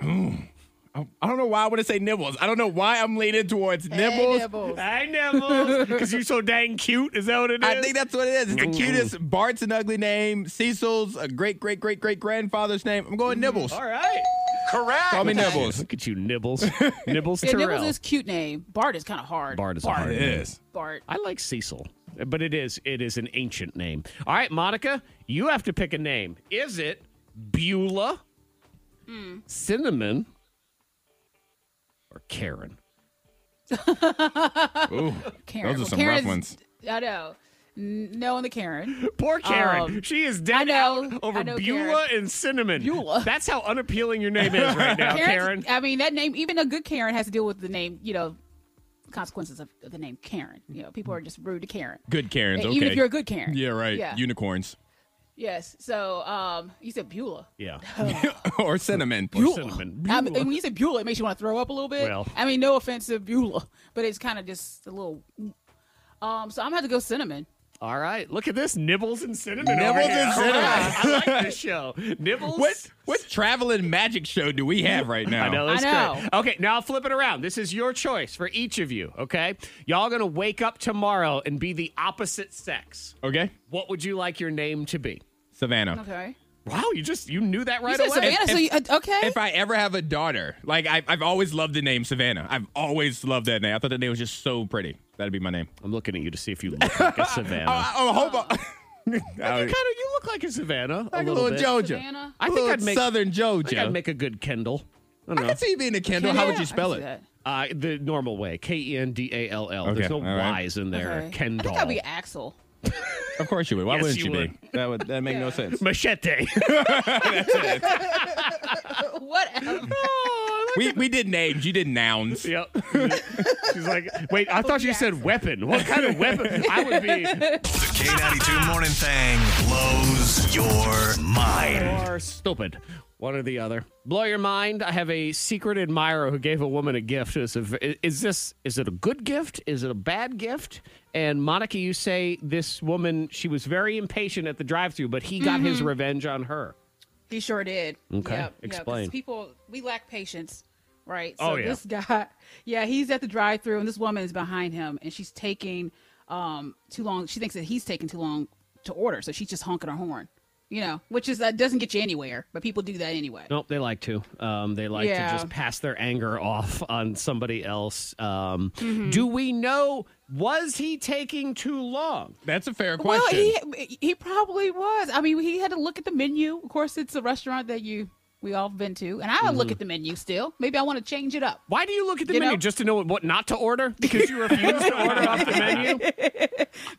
C: mm, I I don't know why I want to say Nibbles. I don't know why I'm leaning towards Nibbles.
A: I <laughs> Nibbles, because you're so dang cute. Is that what it is?
C: I think that's what it is. It's the cutest. Bart's an ugly name. Cecil's a great, great, great, great grandfather's name. I'm
D: Mm-hmm.
C: going Nibbles.
A: All right.
B: Correct.
C: Call me Nibbles.
A: Look at you,
C: <laughs>
A: Nibbles. Nibbles
D: Yeah,
A: Terrell.
D: Nibbles is a cute name. Bart is kind of hard.
A: Bart is a hard
C: It is.
D: Bart.
A: I like Cecil, but it is it is an ancient name. All right, Monica, you have to pick a name. Is it Beulah, Cinnamon, or Karen?
C: Ooh,
D: Karen.
C: Those are
D: Well,
C: some
D: Karen's-
C: rough ones.
D: I know. N- No, and the Karen.
A: Poor Karen.
D: Um,
A: she is dead
D: I know.
A: out over
D: I know
A: Beulah and Cinnamon.
D: Beulah.
A: That's how unappealing your name is right now, Karen.
D: <laughs> Karen's- I mean, that name, even a good Karen has to deal with the name, you know, consequences of of the name Karen. You know, people are just rude to Karen.
C: Good Karens.
D: And
C: Okay.
D: Even if you're a good Karen.
C: yeah, right.
D: Yeah.
C: Unicorns
D: yes. So, um, you said Beulah.
A: Yeah.
C: <laughs> or cinnamon.
A: Or Cinnamon.
D: I mean, when you say Beulah, it makes you want to throw up a little bit.
A: Well.
D: I mean, no offense to Beulah, but it's kind of just a little. Um, so I'm gonna have to go cinnamon.
A: All right. Look at this. Nibbles and Cinnamon.
C: Nibbles
A: over
C: and
A: here. All
C: Cinnamon.
A: right, I like this show. Nibbles.
C: What what traveling magic show do we have right
A: <laughs>
C: now?
A: I know. That's
D: I know.
A: great. Okay, now I'll flip it around. This is your choice for each of you. Okay, y'all gonna wake up tomorrow and be the opposite sex.
C: Okay,
A: What would you like your name to be?
C: Savannah.
D: Okay.
A: Wow, you just you knew that
D: You
A: right
D: said
A: away.
D: Savannah, so you, uh, okay.
C: If I ever have a daughter, like I, I've always loved the name Savannah. I've always loved that name. I thought that name was just so pretty. That'd be my name.
A: I'm looking at you to see if you look like
D: <laughs>
A: a
C: Oh,
A: Savannah.
C: I, I hope. <laughs> I,
A: you kind of you look like a Savannah.
C: like a
A: little,
C: little,
A: bit.
C: JoJo.
D: Savannah?
A: I think
C: Little
A: I'd make-
C: Southern JoJo.
A: I think I'd make a good Kendall. I don't
C: I
A: know.
C: could see you being a Kendall.
D: Yeah,
C: How would
D: I
C: you spell
D: can see
C: it?
D: that.
A: Uh, the normal way, K E N D A L L. There's
C: Okay,
A: no
C: all right.
A: Y's in there.
D: Okay. I
A: Kendall.
D: think I'll be Axel. <laughs>
C: Of course you would. Why
A: Yes,
C: wouldn't
A: you
C: you, be?
A: would.
C: That would that make no sense.
D: <laughs>
A: Machete. <laughs>
D: Whatever.
C: <laughs>
A: Oh,
C: We we did names. You did nouns.
A: yep. <laughs> She's like, wait, I thought you said weapon. What kind of weapon? I would be.
B: The K92 Morning Thing blows your mind.
A: or stupid. One or the other. Blow your mind. I have a secret admirer who gave a woman a gift. It's a- is this is it a good gift? Is it a bad gift? And Monica, you say this woman she was very impatient at the drive-through, but he got his revenge on her.
D: He sure did.
A: Okay,
D: Yep, yeah, 'cause
A: explain.
D: people, we lack patience, right?
A: Oh, yeah.
D: this guy, <laughs> yeah, he's at the drive-through, and this woman is behind him, and she's taking um too long. She thinks that he's taking too long to order, so she's just honking her horn, you know, which is that doesn't get you anywhere, but people do that anyway.
A: Nope, they like to. Um, they like
D: Yeah.
A: to just pass their anger off on somebody else. Um, Do we know was he taking too long?
C: That's a fair
D: Well,
C: question.
D: he he probably was. I mean, he had to look at the menu. Of course, it's a restaurant that you we all been to, and I look
A: Mm-hmm.
D: at the menu still. Maybe I want to change it up.
A: Why do you look at the
D: You
A: menu
D: know-
A: just to know what not to order? Because you refuse to order off the
D: <laughs>
A: menu. I-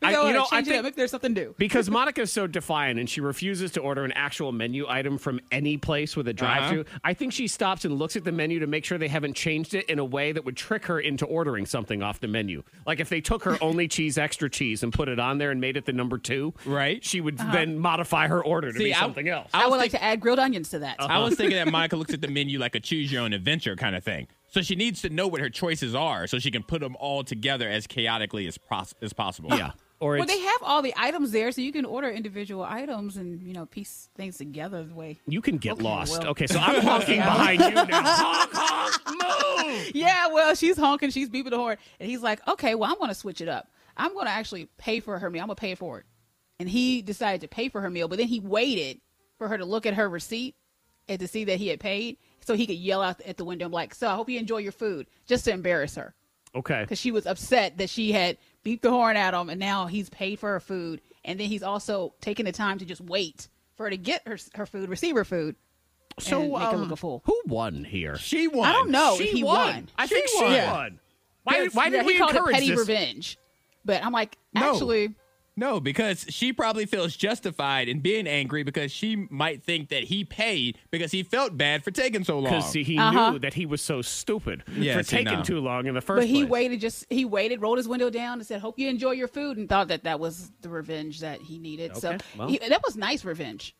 D: Maybe <laughs> I,
A: you
D: want to
A: know, I
D: change it
A: think-
D: up if there's something new.
A: Because Monica's so defiant and she refuses to order an actual menu item from any place
D: Uh-huh.
A: with a drive through, I think she stops and looks at the menu to make sure they haven't changed it in a way that would trick her into ordering something off the menu. Like if they took her
D: <laughs>
A: only cheese, extra cheese, and put it on there and made it the number two,
C: Right.
A: she would then modify her order to
C: See,
A: be
C: I-
A: something else.
D: Uh-huh. I, would like to add grilled onions to that.
C: I was thinking that Monica looks at the menu like a choose your own adventure kind of thing. So she needs to know what her choices are so she can put them all together as chaotically as pos- as possible.
A: yeah. Or
D: Well,
A: it's,
D: they have all the items there, so you can order individual items and you know piece things together the way.
A: you can get lost. <laughs>
D: well.
A: Okay, so I'm honking behind you <laughs> now. Honk, honk, move.
D: Yeah, well, she's honking, she's beeping the horn, and he's like, "Okay, well, I'm going to switch it up. I'm going to actually pay for her meal. I'm going to pay for it." And he decided to pay for her meal, but then he waited for her to look at her receipt and to see that he had paid, so he could yell out at the window, like, "So I hope you enjoy your food," just to embarrass her.
A: Okay.
D: because she was upset that she had beat the horn at him, and now he's paid for her food, and then he's also taking the time to just wait for her to get her her food, receive her food.
A: So
D: and make her
A: um,
D: look a fool.
A: who won here?
C: She won.
D: I don't know
A: She
D: if he
A: won.
D: won.
A: I
C: She
A: think
C: won.
A: she
C: Yeah.
A: won. Why,
C: Yes.
A: why did
D: yeah,
A: we
D: he called it
A: encourage
D: petty
A: this?
D: revenge, but I'm like,
C: No.
D: actually,
C: No, because she probably feels justified in being angry because she might think that he paid because he felt bad for taking so long.
A: Because he knew that he was so stupid
C: Yeah,
A: for
C: see,
A: taking
C: no.
A: too long in the first
D: but he
A: place.
D: waited. Just he waited, rolled his window down, and said, "Hope you enjoy your food," and thought that that was the revenge that he needed. so
A: Okay, well.
D: he, that was nice revenge.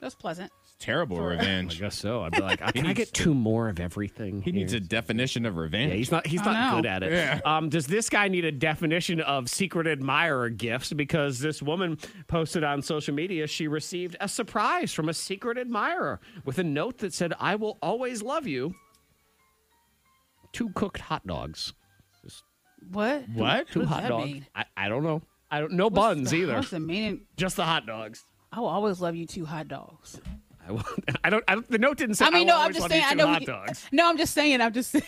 D: That was pleasant.
C: Terrible
A: I
C: revenge.
A: guess so. I'd be like, can I
C: needs
A: get two more of everything?
C: He needs a definition of
A: Yeah,
C: revenge.
A: he's not. He's
D: I
A: not
D: know.
A: good at it. Um, does this guy need a definition of secret admirer gifts? Because this woman posted on social media she received a surprise from a secret admirer with a note that said, "I will always love you." Two cooked hot dogs.
D: What?
C: What?
A: Two
D: does
A: hot
D: that
A: dogs.
D: mean?
A: I, I don't know. I don't. No
D: What's
A: buns
D: the-
A: either.
D: What's the meaning?
A: Just the hot dogs.
D: I will always love you. Two hot dogs.
A: I, will- <laughs> I don't. I don't. The note didn't say.
D: I mean,
A: will
D: no, I'm
A: always
D: just
A: love
D: saying.
A: you
D: I
A: two
D: know.
A: hot
D: he-
A: dogs.
D: No, I'm just saying. I'm just <laughs> saying.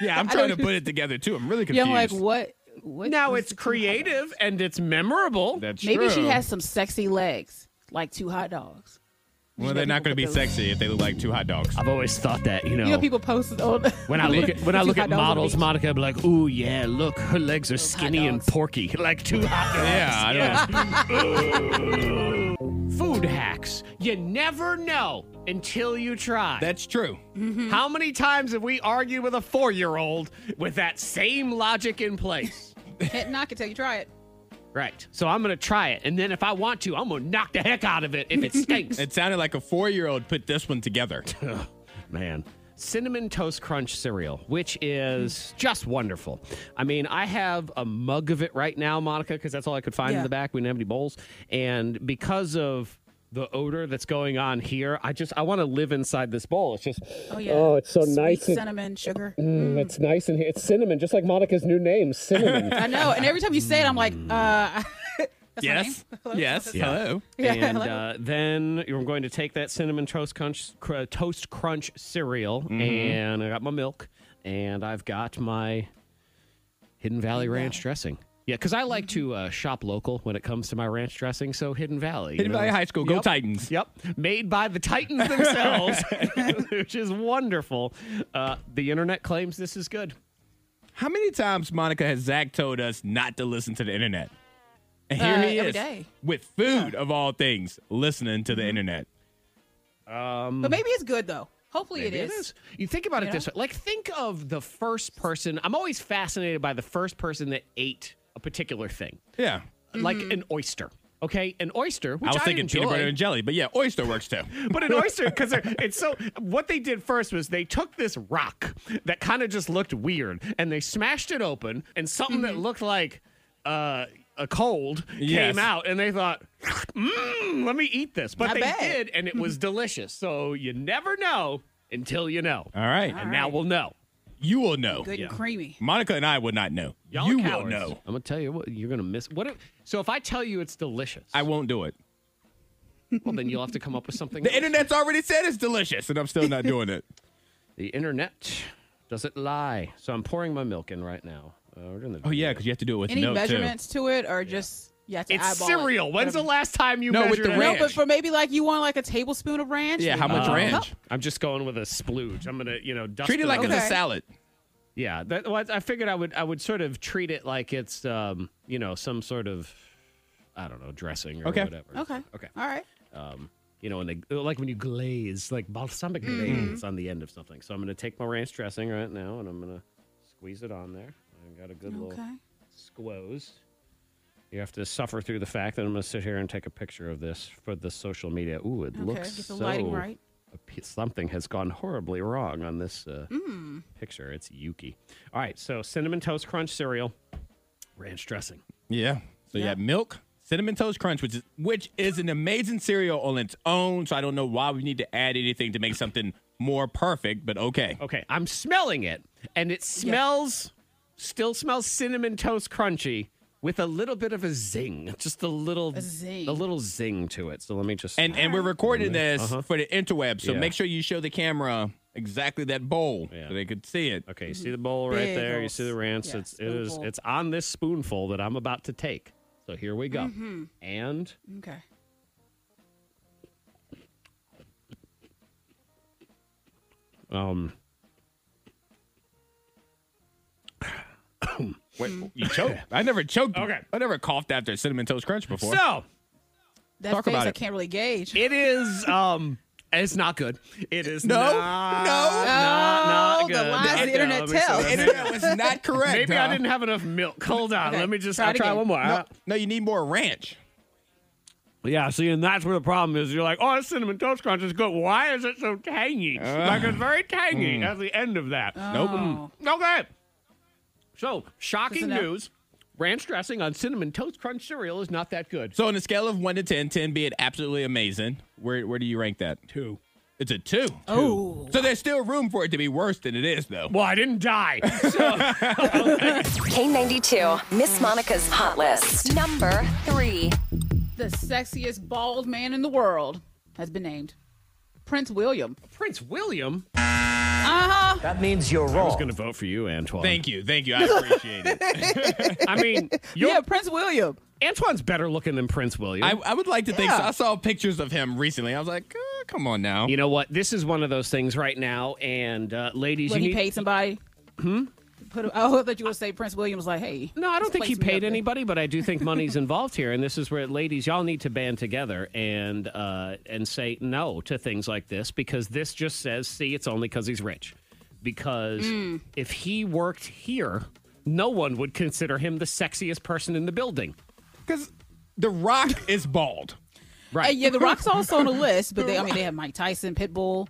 C: Yeah, I'm
D: I
C: trying
D: know
C: to <laughs> put it together too. I'm really
D: Yeah,
C: confused.
D: I'm like, what? what
A: Now
D: was
A: it's
D: the two hot dogs?
A: creative and it's memorable.
C: That's
D: Maybe she
C: true.
D: has some sexy legs, like two hot dogs.
C: Well, they're not going to be sexy if they look like two hot dogs.
A: I've always thought that. You know.
D: You know, people post on.
A: when
D: <laughs>
A: I look at when I
D: Two
A: look
D: hot
A: at
D: dogs on the
A: models,
D: beach.
A: Monica, I'm like, ooh yeah, look, her legs are skinny and
D: dogs.
A: porky, <laughs> like two hot dogs.
C: Yeah, I don't.
A: Food hacks. You never know until you try.
C: That's true.
A: How many times have we argued with a four year old with that same logic in place?
D: Can't knock it till you try it.
A: right. So I'm gonna try it, and then if I want to, I'm gonna knock the heck out of it if it stinks.
C: It sounded like a four-year-old put this one together. <laughs>
A: man. Cinnamon Toast Crunch cereal, which is just wonderful. I mean, I have a mug of it right now, Monica, because that's all I could find in
D: Yeah.
A: the back. We didn't have any bowls. And because of the odor that's going on here, I just I want to live inside this bowl. It's just
D: Oh yeah.
A: Oh, it's so
D: Sweet
A: nice and-
D: Cinnamon sugar.
A: mm, it's nice in here. It's cinnamon, just like Monica's new name, cinnamon.
D: I know. And every time you say it, I'm like, uh. <laughs> that's my name?
C: yes. Yes. Hello.
D: <laughs>
A: and uh, then I'm going to take that cinnamon toast crunch, cr- toast crunch cereal, and I got my milk, and I've got my Hidden Valley Ranch dressing. Yeah, because I like to uh, shop local when it comes to my ranch dressing. So Hidden Valley, you
C: Hidden
A: know,
C: Valley High School. Go
A: Yep.
C: Titans.
A: Yep, made by the Titans themselves, <laughs> which is wonderful. Uh, the internet claims this is good.
C: How many times, Monica, has Zach told us not to listen to the internet? And here
D: Uh,
C: he
D: every
C: is
D: day.
C: with food of all things, listening to the internet.
D: But maybe it's good though. Hopefully it
A: Maybe
D: is.
A: You think about
D: You
A: it this way. Like, think of the first person. I'm always fascinated by the first person that ate a particular thing,
C: Yeah.
A: like
C: Mm-hmm.
A: an oyster. Okay, an oyster. Which
C: I was thinking
A: enjoy,
C: peanut butter and jelly, but yeah, oyster works <laughs> too.
A: but an oyster because
C: <laughs>
A: it's so what they did first was they took this rock that kind of just looked weird and they smashed it open and something that
C: Mm-hmm.
A: looked like uh, a cold
C: Yes.
A: came out and they thought mm, let me eat this but
D: Not
A: they
D: bad.
A: did and it
C: Mm-hmm.
A: was delicious so you never know until you know
C: All right.
A: and now we'll know
C: You will know.
D: Good and creamy.
C: Monica and I would not know.
A: Y'all
C: you
A: are
C: will
A: cowards.
C: know.
A: i'm gonna tell you what you're gonna miss what if, so if i tell you it's delicious
C: I won't do it.
A: well then you'll have to come up with something
C: The
A: else.
C: internet's already said it's delicious, and I'm still not doing it.
A: The internet doesn't lie. So I'm pouring my milk in right now. Uh, we're doing the
C: <laughs> Oh yeah, because you have to do it with
D: Any
C: no
D: measurements to it or just you have to
A: It's
D: eyeball
A: cereal.
D: It,
A: When's the
D: whatever.
A: last time you
C: No, with
A: measured
C: the
A: it?
C: ranch.
D: No, but for maybe like you want like a tablespoon of ranch.
C: Yeah,
D: then
C: how
D: you
C: much
D: put a
C: ranch?
D: cup.
A: I'm just going with a splooge. I'm gonna, you know, dust
C: Uh, Treat it like
A: up.
C: it's a
D: Okay.
C: salad.
A: yeah. That, well, I figured I would, I would sort of treat it like it's, um, you know, some sort of, I don't know, dressing or
C: Okay.
A: whatever.
D: Okay.
A: okay.
D: All right.
A: You know, and they, like when you glaze, like balsamic glaze on the end of something. So I'm gonna take my ranch dressing right now, and I'm gonna squeeze it on there. I got a good little
D: Okay.
A: squoze. You have to suffer through the fact that I'm going to sit here and take a picture of this for the social media. Ooh, it
D: Okay,
A: looks
D: get the
A: so.
D: lighting right.
A: appe- Something has gone horribly wrong on this uh,
D: Mm.
A: picture. It's Yuki. All right, so cinnamon toast crunch cereal, ranch dressing.
C: Yeah. So you have milk, cinnamon toast crunch, which is which is an amazing cereal on its own. So I don't know why we need to add anything to make something more perfect, but okay.
A: Okay, I'm smelling it, and it smells, still smells cinnamon toast crunchy with a little bit of a zing, just a little,
D: A zing.
A: a little zing to it. So let me just
C: And and we're recording this for the interweb, so
A: Yeah.
C: make sure you show the camera exactly that bowl
A: Yeah.
C: so they could see it.
A: Okay, you see the bowl right
D: Mm-hmm. Big
A: there. You
D: old
A: see the
D: s-
A: ranch.
D: yeah,
A: it's it is
D: spoonful.
A: it's on this spoonful that I'm about to take. So here we go.
D: Mm-hmm.
A: And
D: Okay.
A: um,
C: Wait, you choked? <laughs> I never choked.
A: Okay.
C: I never coughed after cinnamon toast crunch before.
A: so
D: That
C: Talk
D: face
C: about
D: I
C: it.
D: can't really gauge.
A: it is um, it's not good. It is
C: No,
A: not,
C: no.
A: not,
D: No,
A: not
D: the
A: good.
D: lies
A: No,
D: the
A: let
D: internet
A: me see.
D: tells.
A: Let me-
C: Internet
A: <laughs>
C: was not correct.
A: Maybe I
C: huh?
A: didn't have enough milk. Hold on,
D: Okay,
A: let me just.
D: try it
A: I'll try
D: again.
A: one more. Uh,
C: No, no, you need more ranch.
A: Yeah, see, and that's where the problem is. You're like, oh, this cinnamon toast crunch is good. Why is it so tangy? like it's very tangy
D: Hmm.
A: at the end of
D: Oh,
A: that.
C: Nope.
A: Okay. So, shocking
D: enough.
A: news. Ranch dressing on cinnamon toast crunch cereal is not that good.
C: So on a scale of one to 10, 10 being absolutely amazing, where where do you rank that?
A: Two.
C: It's a two.
D: Oh.
C: So there's still room for it to be worse than it is, though.
A: Well, I didn't die.
E: K92, Miss Monica's Hot List. Number three.
D: The sexiest bald man in the world has been named Prince William.
A: Prince William.
D: Uh huh.
F: That means you're
A: I was
F: wrong.
A: going to vote for you, Antoine.
C: Thank you,
A: <laughs>
C: thank you, I appreciate it.
A: I mean, you're,
D: Yeah, Prince William.
A: Antoine's better looking than Prince William.
C: I, I would like to think.
D: Yeah.
C: So. I saw pictures of him recently. I was like, uh, come on now.
A: you know what? This is one of those things right now, and uh, ladies,
D: When
A: you
D: he
A: need-
D: paid somebody. Hmm? Put a, oh, I thought you were going to say Prince William was like, hey.
A: No, I don't
D: just
A: think he
D: place me up
A: paid
D: there.
A: anybody, but I do think money's involved here, and this is where ladies, y'all need to band together and uh, and say no to things like this because this just says, see, it's only because he's rich. Because if he worked here, no one would consider him the sexiest person in the building.
C: Because The Rock is
D: <laughs>
C: bald,
A: Right.
D: Hey, Uh, yeah, The Rock's also
A: <laughs>
D: on the list, but they, I mean, they have Mike Tyson, Pitbull,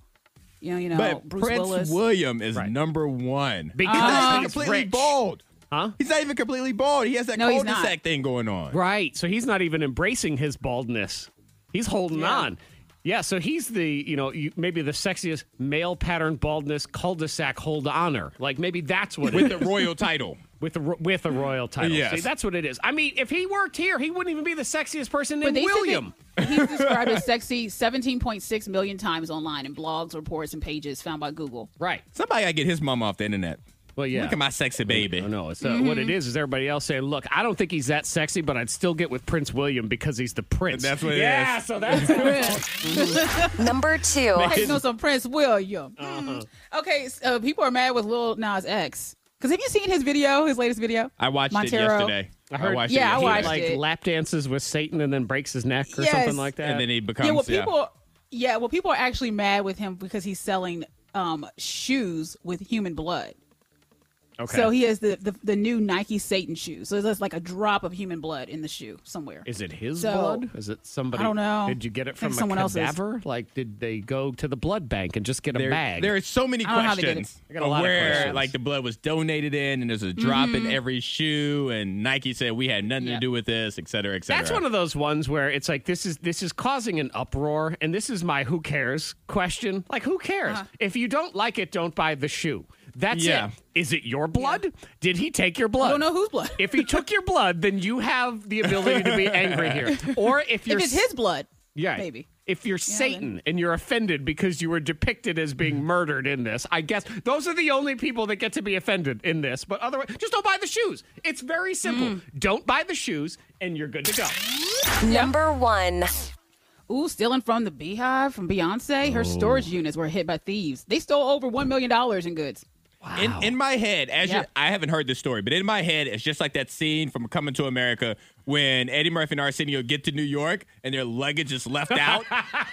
D: you know, you know,
C: but
D: Oh, Bruce
C: Prince
D: Willis. Ah.
C: William is
A: Right.
C: number one.
A: Because
C: he's not even
A: he's
C: completely
A: rich.
C: bald.
A: Huh?
C: He's not even completely bald. He has that
D: No, he's not.
C: cul-de-sac thing going on.
A: Right. So he's not even embracing his baldness. He's holding
D: Yeah.
A: on. Yeah, so he's the, you know, you, maybe the sexiest male pattern baldness cul-de-sac hold honor. Like maybe that's what it
C: With
A: is.
C: <laughs> the royal title.
A: with a ro- with a royal title.
C: Yes.
A: See, that's what it is. I mean, if he worked here, he wouldn't even be the sexiest person in
D: But they said that
A: William.
D: He's
A: <laughs>
D: described as sexy 17.6 million times online in blogs, reports, and pages found by Google.
A: right.
C: Somebody gotta get his mom off the internet.
A: Well, yeah.
C: Look at my sexy baby.
A: I know. So uh, what
D: Mm-hmm.
A: it is is everybody else saying, "Look, I don't think he's that sexy, but I'd still get with Prince William because he's the prince."
C: That's what it
A: yeah,
C: is.
A: so
C: <laughs>
A: that's it.
E: Number two.
D: Taking on some Prince William. Mm. Okay, so people are mad with Lil Nas X. Because have you seen his video, his latest video?
C: I watched it
D: Montero.
C: yesterday.
A: I heard.
C: watched
D: Yeah, I
A: he,
D: watched
A: like
D: it.
A: lap dances with Satan and then breaks his neck or
D: Yes.
A: something like that.
C: and then he becomes.
D: yeah, well, people, yeah, well, people are actually mad with him because he's selling um, shoes with human blood.
A: okay.
D: So he has the, the the new Nike Satan shoe. So there's like a drop of human blood in the shoe somewhere.
A: Is it his
D: So-
A: blood? Is it somebody?
D: I don't know.
A: Did you get it
D: I
A: from
D: think someone
A: a
D: else's.
A: cadaver? Like, did they go to the blood bank and just get a
C: There,
A: bag?
C: there are so many
D: I don't know how they did
C: questions
A: it. I got a lot
C: of
A: of
C: where
A: questions.
C: like the blood was donated in, and there's a drop
D: Mm-hmm.
C: in every shoe, and Nike said we had nothing to
D: Yep.
C: do with this, et cetera, et cetera.
A: That's one of those ones where it's like this is this is causing an uproar, and this is my who cares question. Like, who cares?
D: Uh-huh.
A: If you don't like it, don't buy the shoe. That's
C: Yeah.
A: it. Is it your blood? Did he take your blood?
D: I don't know whose blood.
A: If he took your blood, then you have the ability
D: <laughs>
A: to be angry here. Or if you're
D: if it's his blood,
A: Yeah.
D: maybe.
A: If you're Satan and you're offended because you were depicted as
D: Mm-hmm.
A: being murdered in this, I guess those are the only people that get to be offended in this. But otherwise, just don't buy the shoes. It's very simple.
D: Mm.
A: Don't buy the shoes and you're good to go.
E: Number one.
D: Ooh, stealing from the Beehive from Beyonce. Her storage units were hit by thieves. They stole over one million dollars in goods.
C: In, in my head, as
D: Yeah.
C: you, I haven't heard this story, but in my head, it's just like that scene from Coming to America when Eddie Murphy and Arsenio get to New York and their luggage is left out,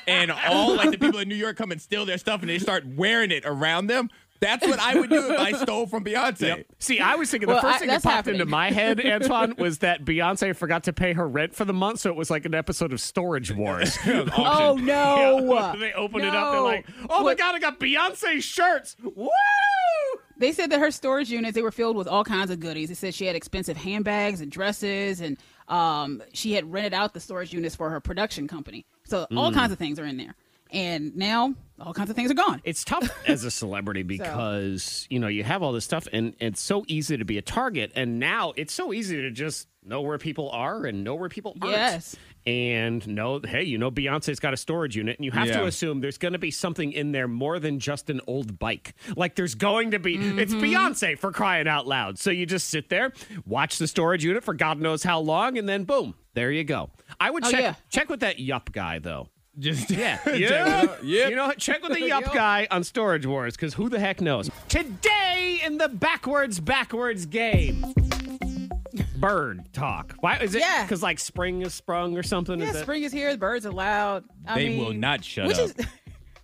C: and all like the people in New York come and steal their stuff, and they start wearing it around them. That's what I would do if I stole from Beyonce.
A: See, I was thinking the
D: Well,
A: first
D: I-
A: thing that
D: that's
A: popped
D: happening.
A: into my
D: <laughs>
A: head, Antoine, was that Beyonce forgot to pay her rent for the month, so it was like an episode of Storage Wars. <laughs>
D: Oh
C: <laughs>
D: no!
A: they open it up, they're
D: No.
A: like, oh my
D: What-
A: God, I got Beyonce shirts. Woo!
D: They said that her storage units they were filled with all kinds of goodies. They said she had expensive handbags and dresses, and um, she had rented out the storage units for her production company. So
C: Hmm.
D: all kinds of things are in there, and now all kinds of things are gone.
A: it's tough as a celebrity because you know you have all this stuff and it's so easy to be a target and now it's so easy to just know where people are and know where people aren't
D: Yes.
A: and know hey you know beyonce's got a storage unit and you have to
C: Yeah.
A: assume there's going to be something in there more than just an old bike like there's going to be it's beyonce for crying out loud so you just sit there watch the storage unit for god knows how long and then boom there you go i would
D: Oh,
A: check
D: yeah.
A: check with that yup guy though
C: Just yeah,
A: yeah. You know, what? check with the yup
D: Yup.
A: guy on Storage Wars because who the heck knows? Today in the backwards, backwards game. Bird talk. Why is it?
D: Yeah.
A: Because like spring is sprung or something.
D: Yeah,
A: is that-
D: spring is here. The birds are loud. I
C: They
D: mean,
C: will not shut
D: which
C: up.
D: Is,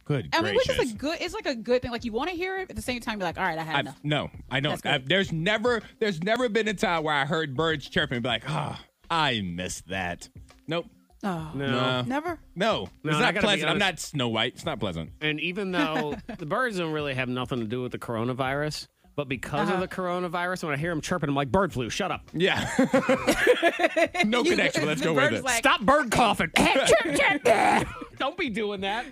C: Good
D: I mean, which
C: gracious.
D: is a good. It's like a good thing. Like you want to hear it, but at the same time, you're like, all right, I had
C: I've,
D: enough.
C: no, I know.
D: That's good.
C: I've, there's never there's never been a time where I heard birds chirping and be like, ah, I miss that. Nope.
D: Oh,
A: no.
C: uh,
D: never.
C: No,
A: No,
C: it's
A: and I
C: not
A: gotta be
C: pleasant. I'm
A: honest.
C: not Snow White. It's not pleasant.
A: And
D: <laughs>
A: even though the birds don't really have nothing to do with the coronavirus, but because
D: Uh-huh.
A: of the coronavirus, when I hear them chirping, I'm like, bird flu, shut up.
C: Yeah. no connection. but Let's
D: the
C: go with
D: bird's
C: it.
D: like-
A: Stop bird
D: <laughs>
A: coughing. <laughs> Don't be doing that.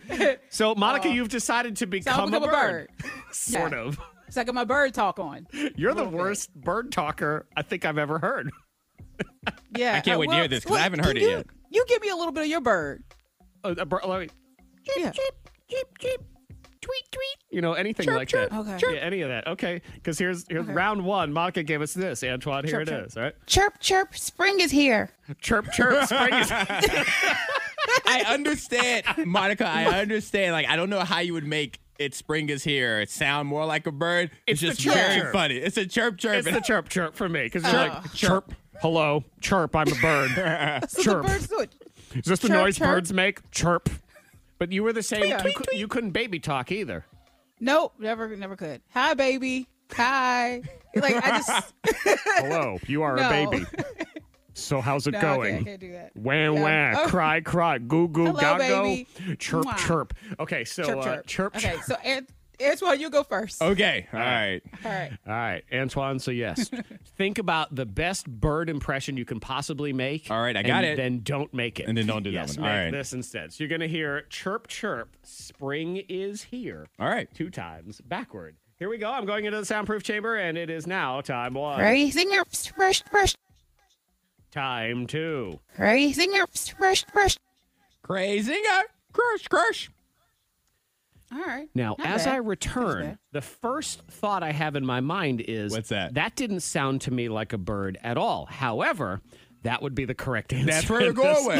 A: So, Monica, you've decided to
D: Uh, So I'll
A: become,
D: become a bird.
A: <laughs> Sort
D: Yeah. <laughs>
A: of.
D: So I got my bird talk on.
A: You're the worst bird talker I think I've ever heard. <laughs>
D: Yeah,
C: I can't
D: uh,
C: wait to
D: well,
C: hear this 'cause I
D: well,
C: haven't
D: can
C: heard it
D: you-
C: yet.
D: You give me a little bit of your bird.
A: A- a bir- like,
D: Yeah.
A: tweet, tweet. You know, anything like that.
D: Okay.
A: Yeah, any of that. Okay. Because here's, here's round one. Monica gave us this. Antoine, here it is. All right.
D: Chirp, chirp. Spring is here.
A: Chirp,
D: <laughs>
A: chirp. Spring is.
C: I understand, Monica. I understand. Like, I don't know how you would make it. Spring is here. Sound more like a bird. It's,
A: It's the
C: just
A: chirp
C: very
A: chirp.
C: funny. It's a chirp chirp.
A: It's the chirp, chirp for me. Because you're
D: Oh.
A: like, chirp. Hello. Chirp. I'm a bird.
D: <laughs> So
A: Chirp.
D: the birds do it.
A: Is this the
D: Chirp,
A: noise
D: chirp.
A: birds make? Chirp. But you were the same.
D: Yeah.
A: You, cou- you couldn't baby talk
D: <laughs>
A: either.
D: Nope, never, never could. Hi, baby. Hi. Like
A: <laughs>
D: I just
A: Hello. You are a
D: No. <laughs>
A: baby. So how's it
D: no, I
A: going?
D: can't, I can't do that.
A: Wah wah,
D: Yeah. Oh.
A: cry cry, goo goo
D: Hello,
A: gago,
D: baby.
A: chirp
D: Mwah.
A: chirp. Okay, so
D: Chirp,
A: uh,
D: chirp.
A: chirp,
D: Okay,
A: chirp.
D: so Ant- Antoine, you go first.
C: okay. All right.
D: All right.
A: All right, Antoine. So
D: <laughs>
A: yes, think about the best bird impression you can possibly make.
C: All right, I
A: and
C: got it.
A: Then don't make it,
C: And then don't do that
A: yes,
C: one. All
A: make
C: right.
A: this instead. So you're gonna hear chirp chirp. Spring is here.
C: All right.
A: two times backward. Here we go. I'm going into the soundproof chamber, and it is now time one.
G: Raising your brush, brush,
A: Time two.
G: raising your brush, brush.
C: Crazy. Crush. Crush.
D: All right.
A: Now,
D: Not
A: as
D: bad.
A: I return,
D: bad.
A: the first thought I have in my mind is
C: What's that?
A: That didn't sound to me like a bird at all. However, that would be the correct answer.
C: That's where we're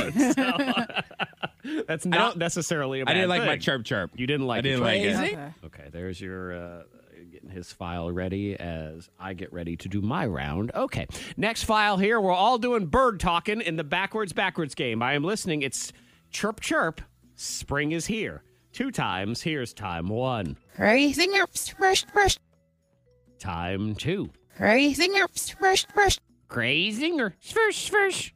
A: in this
C: going
A: <laughs>
C: with.
A: one. <laughs> That's not necessarily a bad
C: I didn't like my
A: thing.
C: chirp chirp.
A: You didn't like
C: I didn't
A: it.
C: like it.
A: Okay, there's your uh, getting his file ready as I get ready to do my round. Okay. Next file here. We're all doing bird talking in the backwards, backwards game. I am listening. It's chirp, chirp. Spring is here. Two times. Here's time one,
G: Raising your brush brush.
A: time two.
G: Raising your brush brush.
A: Grazing or swish, swish.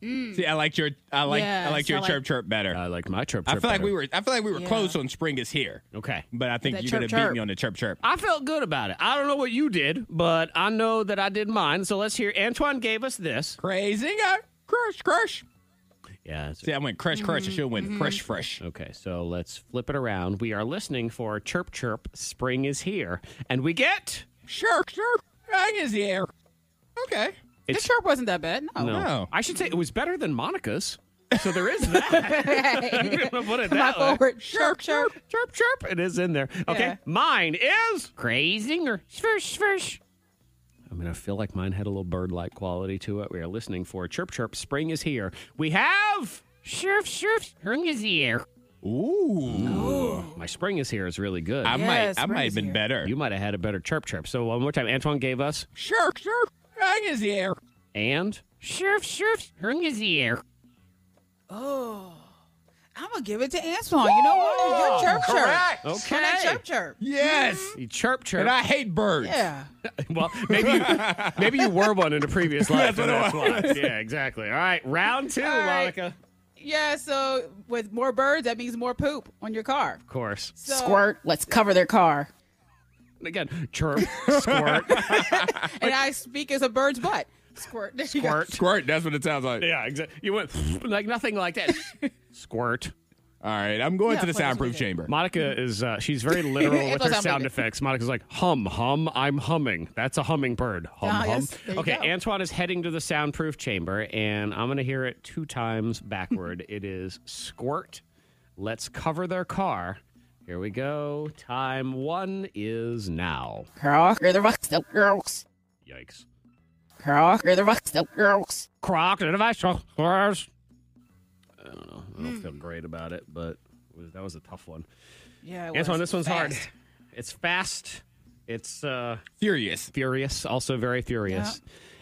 C: See, I liked your I like I
D: Yes,
C: liked your
D: I like-
C: chirp chirp better.
A: I like my chirp,
C: I
A: Uh, chirp.
C: feel like
A: better.
C: we were I feel like we were
D: Yeah.
C: close on spring is here.
A: Okay.
C: But I think
D: That
C: you're gonna
D: chirp,
C: beat me
D: chirp.
C: on the chirp chirp.
A: I felt good about it. I don't know what you did, but I know that I did mine. So let's hear. Antoine gave us this.
C: Crazy guy. Crush, crush.
A: Yeah. it's-
C: See, I went crush, crush. I should have went crush, fresh.
A: Okay, so let's flip it around. We are listening for Chirp Chirp, Spring is Here, and we get.
C: Sure, sure. I is the air. Okay.
D: The
A: It's-
D: chirp wasn't that bad. No.
C: No.
A: I should say it was better than Monica's. So there is that. <laughs> Put it
D: My
A: that way.
D: forward. Chirp, chirp.
A: Chirp Chirp, it is in there. Okay,
D: Yeah.
A: mine is. Crazing or swish swish. I mean, I feel like mine had a little bird like quality to it. We are listening for Chirp Chirp, Spring is Here. We have. Surf, surf, spring is here. Oh.
C: Ooh.
A: My spring is here is really good.
C: I
D: Yes,
C: might I
D: spring
C: might
D: is
C: have been
D: here.
C: better.
A: you might have had a better chirp chirp. So one more time, Antoine gave us
C: Sure, sure. I is the air.
A: and surf surf ring is here.
D: I'm going to give it to Antoine. You know what? Your chirp, chirp.
C: Correct.
A: Okay.
D: And that chirp, chirp.
C: Yes.
A: You chirp chirp.
C: And I hate birds.
D: Mm-hmm. Yeah.
A: well, maybe you, maybe you were one in a previous life. and <laughs> that's why. Yeah, exactly. All right, round two,
D: right.
A: Monica.
D: Yeah, so with more birds, that means more poop on your car.
A: Of course.
D: So, Squirt. Let's cover their car.
A: And <laughs> Again, chirp, <laughs> squirt,
D: And I speak as a bird's butt. Squirt. There you go.
A: squirt.
C: Squirt, that's what it sounds like.
A: Yeah, exactly. You went <laughs> like nothing like that. Squirt.
C: All right, I'm going
D: Yeah,
C: to the
D: fuck, that's what
C: soundproof
D: it is.
C: chamber.
D: Mm.
A: Monica is uh, she's
D: <laughs>
A: very literal with
D: That's
A: her
D: what I'm
A: sound
D: thinking.
A: effects. Monica's like hum hum. I'm humming. That's a hummingbird. Hum
D: Ah,
A: hum.
D: yes, there you
A: okay,
D: go.
A: Antoine is heading to the soundproof chamber, and I'm gonna hear it two times
D: <laughs>
A: backward. it is squirt. Let's cover their car. Here we go. Time one is now.
G: Crocker the rocks the girls.
A: Yikes.
G: Crocker the rocks the girls.
A: Croc and I don't know. I
D: Hmm.
A: don't feel great about it, but it was- that was a tough one.
D: Yeah, it
A: Antoine,
D: was
A: this one's hard.
D: fast.
A: It's fast. It's uh
C: Furious.
A: furious, also very furious.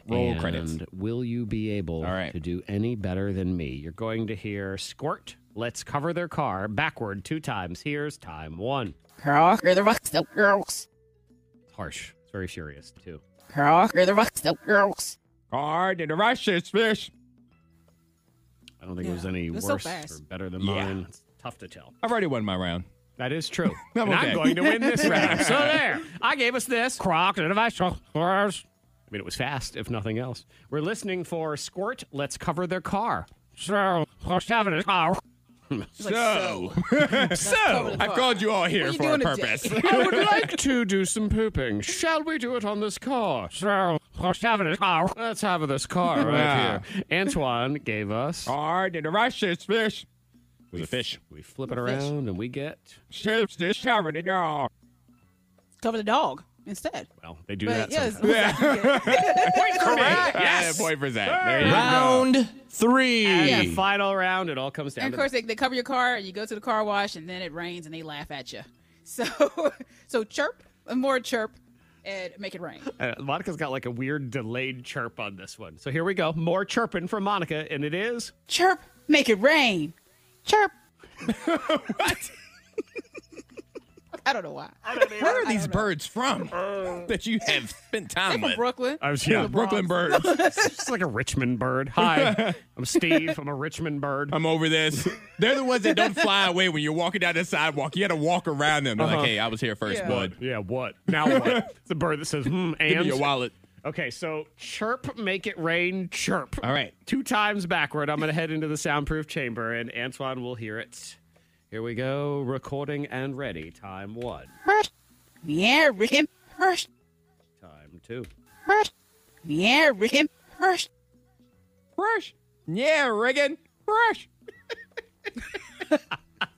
C: Roll
A: and
C: credits.
A: Will you be able
C: All right.
A: to do any better than me? You're going to hear squirt. Let's cover their car backward two times. Here's time one.
G: Crocker the rocks the girls.
A: It's harsh. It's very furious too.
G: Crocker the rocks the girls.
C: Hard and the Russians fish.
A: I don't think it was
D: Yeah.
A: any
D: It was so
A: worse
D: fast.
A: or better than
C: Yeah.
A: mine. It's tough to tell.
C: I've already won my round.
A: That is true.
C: <laughs> I'm
A: and
C: okay.
A: I'm going to win
C: <laughs>
A: this round. So there. I gave us this. Croc and I I mean, it was fast, if nothing else. We're listening for Squirt. Let's cover their car. So, having a car.
D: She's like, so.
C: <laughs>
D: cover the
C: I've
D: car.
C: called you all
D: What
C: here
D: are you
C: for a
D: doing today?
C: purpose.
D: <laughs>
A: I would like to do some pooping. Shall we do it on this car? So, let's have this car. Let's have this car right
C: Yeah.
A: here. Antoine gave us.
C: Hard and the Russians fish. With a fish.
A: We flip it around and we get.
C: Ships this and y'all.
D: Cover the dog instead.
A: Well, they do that.
C: <laughs>
D: But yes,
A: sometimes.
D: <laughs>
C: Yes. Point for Zach. There you
H: Round three.
A: And the final round, it all comes down
D: and
A: to
D: of course they, they cover your car. You go to the car wash, and then it rains, and they laugh at you. <laughs> So, so chirp, more chirp, and make it rain.
A: Uh, Monica's got like a weird delayed chirp on this one. So here we go. More chirping from Monica, and it is.
D: Chirp, make it rain. <laughs> Chirp. what? I don't know why.
C: go. Where are these birds from that you have spent time
D: Um, From
C: with?
D: Brooklyn.
A: I was <laughs>
C: Yeah, Brooklyn birds.
A: It's like a Richmond bird. <laughs> Hi, I'm Steve. I'm a Richmond bird.
C: I'm over this. They're the ones that don't fly away when you're walking down the sidewalk. You got to walk around them. They're Like, hey, I was here first,
D: Yeah.
C: bud.
A: yeah, what? <laughs> Now what? It's a bird that says, hmm,
C: Give me your
A: and.
C: wallet.
A: Okay, so chirp, make it rain, chirp.
C: All right.
A: Two times backward. I'm going to head into the soundproof chamber, and Antoine will hear it. Here we go. Recording and ready. Time one,
G: Brush. Yeah, Rick brush
A: time two,
G: brush. Yeah, Rick brush.
C: Fresh. Yeah, Reagan. <laughs> Fresh.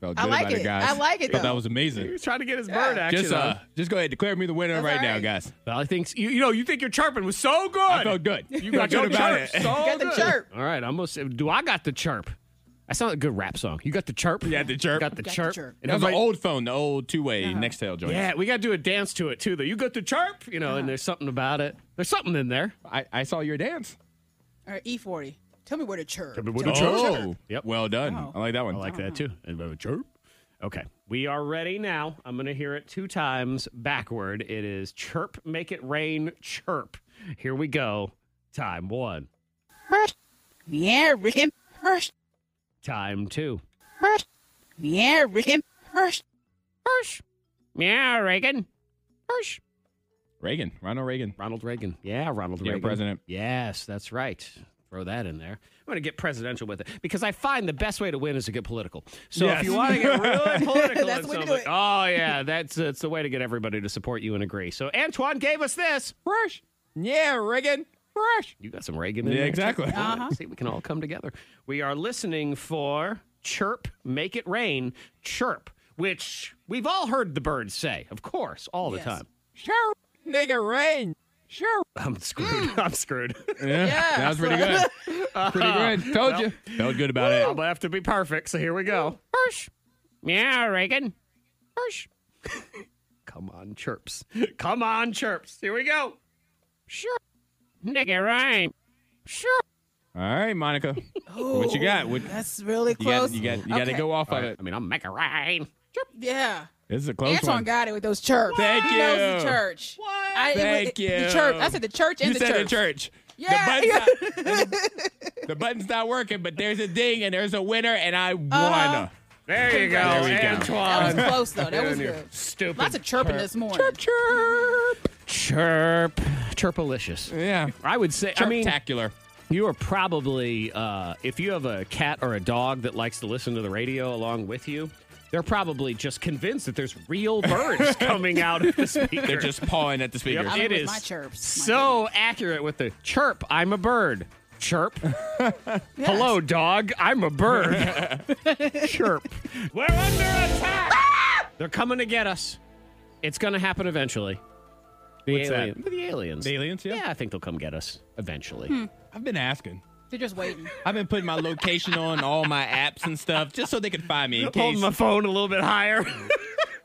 D: I like it. I like it
C: Thought that
D: though.
C: was amazing.
A: He's trying to get his bird action.
C: Just uh,
A: on.
C: just go ahead and declare me the winner
D: That's
C: right
D: all
C: now,
D: right.
C: guys.
A: Valley thinks you, you know you think your chirping was so good.
C: I felt good.
A: You got
C: Felt
A: your
C: good about
A: chirp.
C: <laughs>
A: So
C: it.
D: Got the
A: good.
D: chirp.
A: All right, I'm gonna say, do I got the chirp? I sound like a good rap song. You got the chirp.
C: You got the chirp.
A: Got the
D: Got the
A: chirp.
D: chirp.
A: And
C: That was an
A: everybody-
C: old phone, the old two-way Nextel joint.
A: Yeah, we got to do a dance to it too, though. You got the chirp, you know, and there's something about it. There's something in there.
C: I, I saw your dance.
D: Or E40. E Tell me where to chirp.
C: Oh,
A: Yep.
C: well done.
D: Wow.
C: I like that one.
A: I like that too. And a chirp. Okay, we are ready now. I'm going to hear it two times backward. It is chirp, make it rain, chirp. Here we go. Time one,
G: First. Yeah, Rick. First.
A: time two.
G: First. Yeah, Rick. First.
A: Hirsch. Yeah, Reagan. Hirsch.
C: Reagan, Ronald Reagan.
A: Ronald Reagan. Yeah, Ronald
C: Yeah,
A: Reagan.
C: president.
A: Yes, that's right. Throw that in there. I'm going to get presidential with it because I find the best way to win is to get political. So
C: Yes.
A: if you want to get
D: <laughs>
A: really political,
D: That's
A: in
D: the way to do
A: something-
D: it.
A: oh yeah, that's it's the way to get everybody to support you and agree. So Antoine gave us this.
C: Fresh. Yeah, Reagan. Fresh.
A: You got some Reagan in
C: Yeah,
A: there.
C: exactly.
A: Uh-huh. See, we can all come together. We are listening for chirp, make it rain, chirp, which we've all heard the birds say, of course, all the
D: Yes.
A: time.
C: Sure. Nigga rain. Sure.
A: I'm screwed. I'm screwed.
C: Yeah. That was pretty good. pretty good. Told you. Felt good about
A: I'm
C: it.
A: gonna have to be perfect. So here we go. Hirsch. Yeah, Reagan. Hirsch. <laughs> Come on, chirps. Come on, chirps. Here we go. Sure. Nigga, rhyme. Sure.
C: All right, Monica. what you got? What,
D: That's really
C: you got,
D: close.
C: you got, you got to
D: Okay.
C: go off of
A: I
C: it.
A: mean, I'm making rain.
D: Yeah.
C: This is a close
D: Antoine
C: one.
D: got it with those chirps.
C: Thank
D: He knows
C: you.
D: the church. What? I,
C: Thank you.
D: The church. I said the church and
C: you
D: the
C: said
D: church.
C: the church.
D: Yeah.
C: The button's, not, the, the button's not working, but there's a ding and there's a winner, and I won.
D: Uh-huh.
A: There you go,
C: There we go.
A: Antoine.
D: That was close though. That was
A: You're
D: good.
A: Stupid.
D: Lots of chirping this morning.
C: Chirp.
A: chirp. Chirpalicious.
C: Yeah.
A: I would say. I mean,
C: Chirptacular.
A: You are probably, uh, if you have a cat or a dog that likes to listen to the radio along with you, they're probably just convinced that there's real <laughs> birds coming out of the speaker.
C: They're just pawing at the speaker.
A: Yep,
D: I'm
A: it
D: with
A: is
D: my chirps. My
A: so accurate with the chirp. I'm a bird. Chirp. <laughs> Hello, dog. I'm a bird. <laughs> chirp. We're under attack. They're coming to get us. It's going to happen eventually. The
C: What's that?
A: alien- The aliens.
C: The aliens, yeah.
A: Yeah, Hmm. I think they'll come get us eventually.
C: I've been asking.
D: They're just waiting.
C: I've been putting my location on all my apps and stuff just so they could find me in
A: Holding
C: case.
A: my phone a little bit higher. <laughs>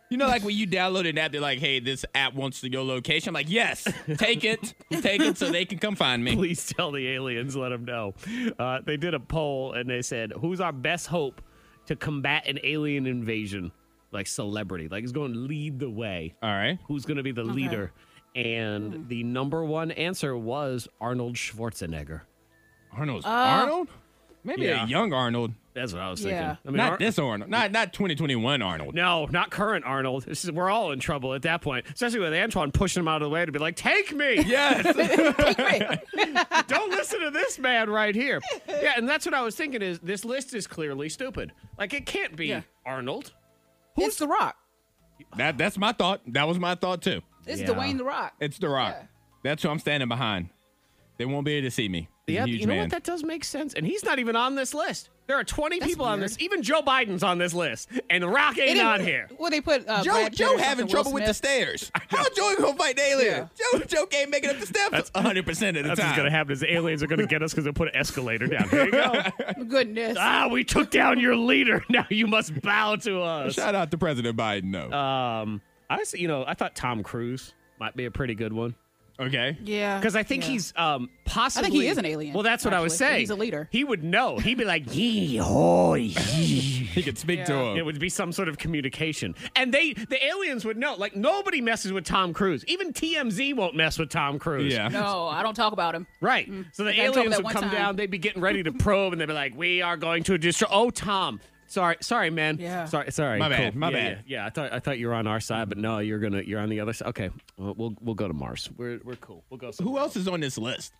C: You know, like when you download an app, they're like, hey, this app wants to your location. I'm like, yes, take it. Take it so they can come find me.
A: Please tell the aliens, let them know. Uh, they did a poll and they said, "Who's our best hope to combat an alien invasion? Like celebrity, like who's going to lead the way?
C: All right.
A: Who's going to be the leader?" And
D: Hmm.
A: the number one answer was Arnold Schwarzenegger.
D: Uh,
C: Arnold's Arnold? Maybe
A: Yeah.
C: a young Arnold.
A: That's what I was
D: Yeah.
A: thinking. I mean,
C: not
A: Ar-
C: this Arnold. Not not 2021 Arnold.
A: No, not current Arnold. This is, we're all in trouble at that point, especially with Antoine pushing him out of the way to be like, "Take me."
D: <laughs>
C: Yes.
A: don't listen to this man right here. Yeah, and that's what I was thinking is this list is clearly stupid. Like it can't be
D: Yeah.
A: Arnold.
D: It's the Rock.
C: <laughs> that that's my thought. That was my thought too.
D: It's
A: Yeah.
D: Dwayne the Rock.
C: It's The Rock.
D: Yeah.
C: That's who I'm standing behind. They won't be able to see me. He's
A: Yeah,
C: a huge
A: you know
C: man.
A: what? That does make sense. And he's not even on this list. There are 20 people on
D: weird.
A: this. Even Joe Biden's on this list. And The Rock ain't
D: didn't-
A: on here.
D: Well, they put uh,
C: Joe,
D: Brad Pitt
C: Joe
D: or
C: having
D: something,
C: trouble
D: Will
C: with the
D: Smith. <laughs>
C: staiting. How Joe gonna fight the alien? Joe, Joe can't make it up the steps. That's 100 percent of the
A: That's what's going to
C: time.
A: happen is the aliens are going to get us because they'll put an escalator <laughs> down. Here you go.
D: Goodness.
A: ah, we took down your leader. <laughs> Now you must bow to us.
C: Shout out to President Biden, though.
A: Um, I, s- you know, I thought Tom Cruise might be a pretty good one.
C: okay.
D: yeah.
A: Because I think
D: Uh, Yeah.
A: he's um, possibly.
D: is an alien,
A: Well, that's what I was
D: actually.
A: saying.
D: He's a leader.
A: He would know. He'd be like, yee hoy. <laughs> yee."
C: He could speak to
A: It
C: him.
A: would be some sort of communication, and they the aliens would know. Like nobody messes with Tom Cruise. Even TMZ won't mess with Tom Cruise.
C: Yeah.
D: No, I don't talk about him.
A: Right. So the
D: Mm. I told him
A: aliens
D: that
A: would
D: one
A: come
D: time.
A: down. They'd be getting ready to probe, and they'd be like, "We are going to destroy." Oh, Tom. Sorry, sorry, man.
D: Yeah.
A: Sorry, sorry.
C: My bad, my
A: yeah,
C: bad.
A: Yeah, yeah, I thought I thought you were on our side, but no, you're gonna you're on the other side. Okay, well, we'll we'll go to Mars. We're we're cool. We'll go.
C: Who
A: somewhere
C: else is on this list?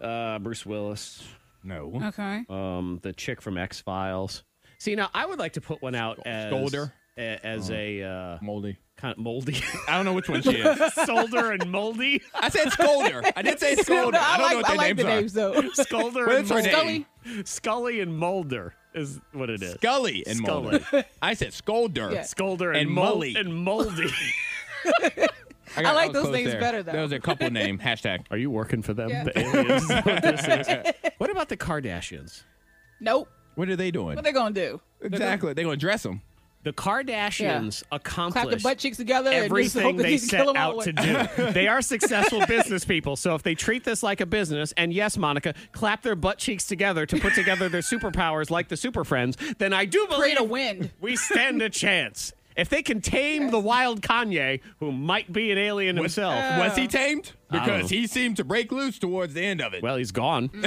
A: Uh, Bruce Willis.
C: No.
D: Okay.
C: Oh.
A: um, the chick from X Files. See, now I would like to put one out as
C: Scolder?
A: a-
C: Oh.
A: as a uh,
C: Moldy.
A: kind of
C: <laughs>
A: moldy,
C: I don't know which one she is.
A: solder and moldy,
C: <laughs> I said Scolder. <laughs> I did say Scolder. I, don't
D: like,
C: know what their
D: I like
C: names
D: the
C: are.
D: names though. <laughs>
A: Scolder
C: What
A: and
C: is her
A: Mulder.
C: name?
A: Scully and Mulder is what it is.
C: Scully and
A: Scully.
C: Mulder. <laughs> I said Scolder.
D: Yeah.
A: Scolder and,
C: And
A: Mul-
C: Mully.
A: and moldy.
C: <laughs> got-
D: I like
C: was
D: those
C: close
D: names better, though.
C: That was a couple <laughs> name. Hashtag.
A: Are <laughs>
D: <laughs>
A: you working for them? The aliens? What this is. What about the Kardashians?
D: Nope.
C: What are they doing?
D: What they gonna do?
C: exactly. They're going to dress them.
A: The Kardashians
D: Clap their
A: accomplished
D: butt cheeks together and just
A: everything
D: hope that
A: they
D: he can
A: set
D: kill them all
A: out to
D: <laughs>
A: do. they are successful business people. So if they treat this like a business, and yes, Monica, clap their butt cheeks together to put together their superpowers like the Super Friends, then I do believe
D: Create a wind.
A: we stand a chance. If they can tame the wild Kanye, who might be an alien himself,
D: Uh.
C: Was he tamed?
A: don't know.
C: Because he seemed to break loose towards the end of it.
A: well, he's
D: <laughs>
A: gone. <laughs>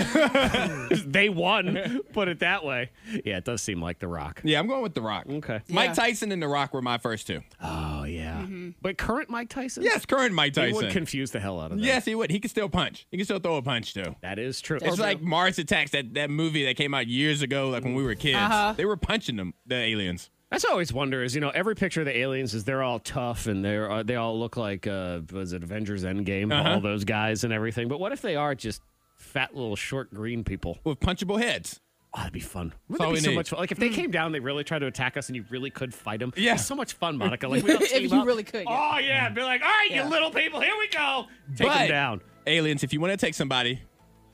A: they won. Put it that way. Yeah, it does seem like The Rock.
C: yeah, I'm going with The Rock.
A: Okay.
C: Mike
D: Yeah. Mm-hmm.
C: Tyson and The Rock were my first two.
A: Oh yeah. But current Mike Tyson?
C: Yes, current Mike
A: He
C: Tyson.
A: would confuse the hell out of them.
C: yes, he would. He could still punch. He could still throw a punch too.
A: That is true.
C: It's like Mars Attacks, that, that movie that came out years ago, like when we were kids. They were punching them, the aliens.
A: That's what I always wonder is, you know, every picture of the aliens is they're all tough and they're uh, they all look like uh was it Avengers Endgame,
C: Uh-huh.
A: all those guys and everything. But what if they are just fat little short green people?
C: with punchable heads.
A: Oh, that'd be fun.
C: all
A: Wouldn't that
C: we
A: be so
C: need.
A: much fun? Like if they
D: Hmm.
A: came down, they really tried to attack us, and you really could fight them.
C: Yeah.
A: so much fun, Monica.
D: <laughs>
A: Like we all
D: If
A: team
D: you
A: up.
D: really could, yeah.
A: Oh yeah, be like, all right, you little people, here we go. Take
C: But-
A: them down.
C: Aliens, if you want to take somebody,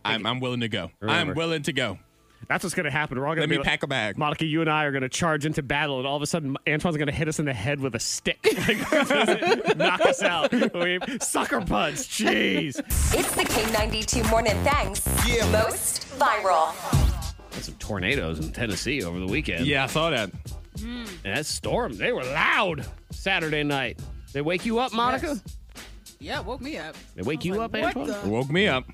C: I'm, I'm willing to go.
A: Remember.
C: I'm willing to go.
A: That's what's gonna happen. We're all gonna
C: Let
A: be
C: me
A: like-
C: pack a bag.
A: Monica, you and I are going to charge into battle, and all of a sudden, Antoine's going to hit us in the head with a stick. <laughs> Like, knock us out. We, sucker punch. Jeez.
E: It's the K92 Morning Thangs. Most viral.
A: Some tornadoes in Tennessee over the weekend.
C: I saw that.
A: And that storm, they were loud Saturday night. They wake you up, Monica?
D: Yeah, woke me up.
A: They wake you up,
D: What
A: Antoine?
D: the?
C: woke me up.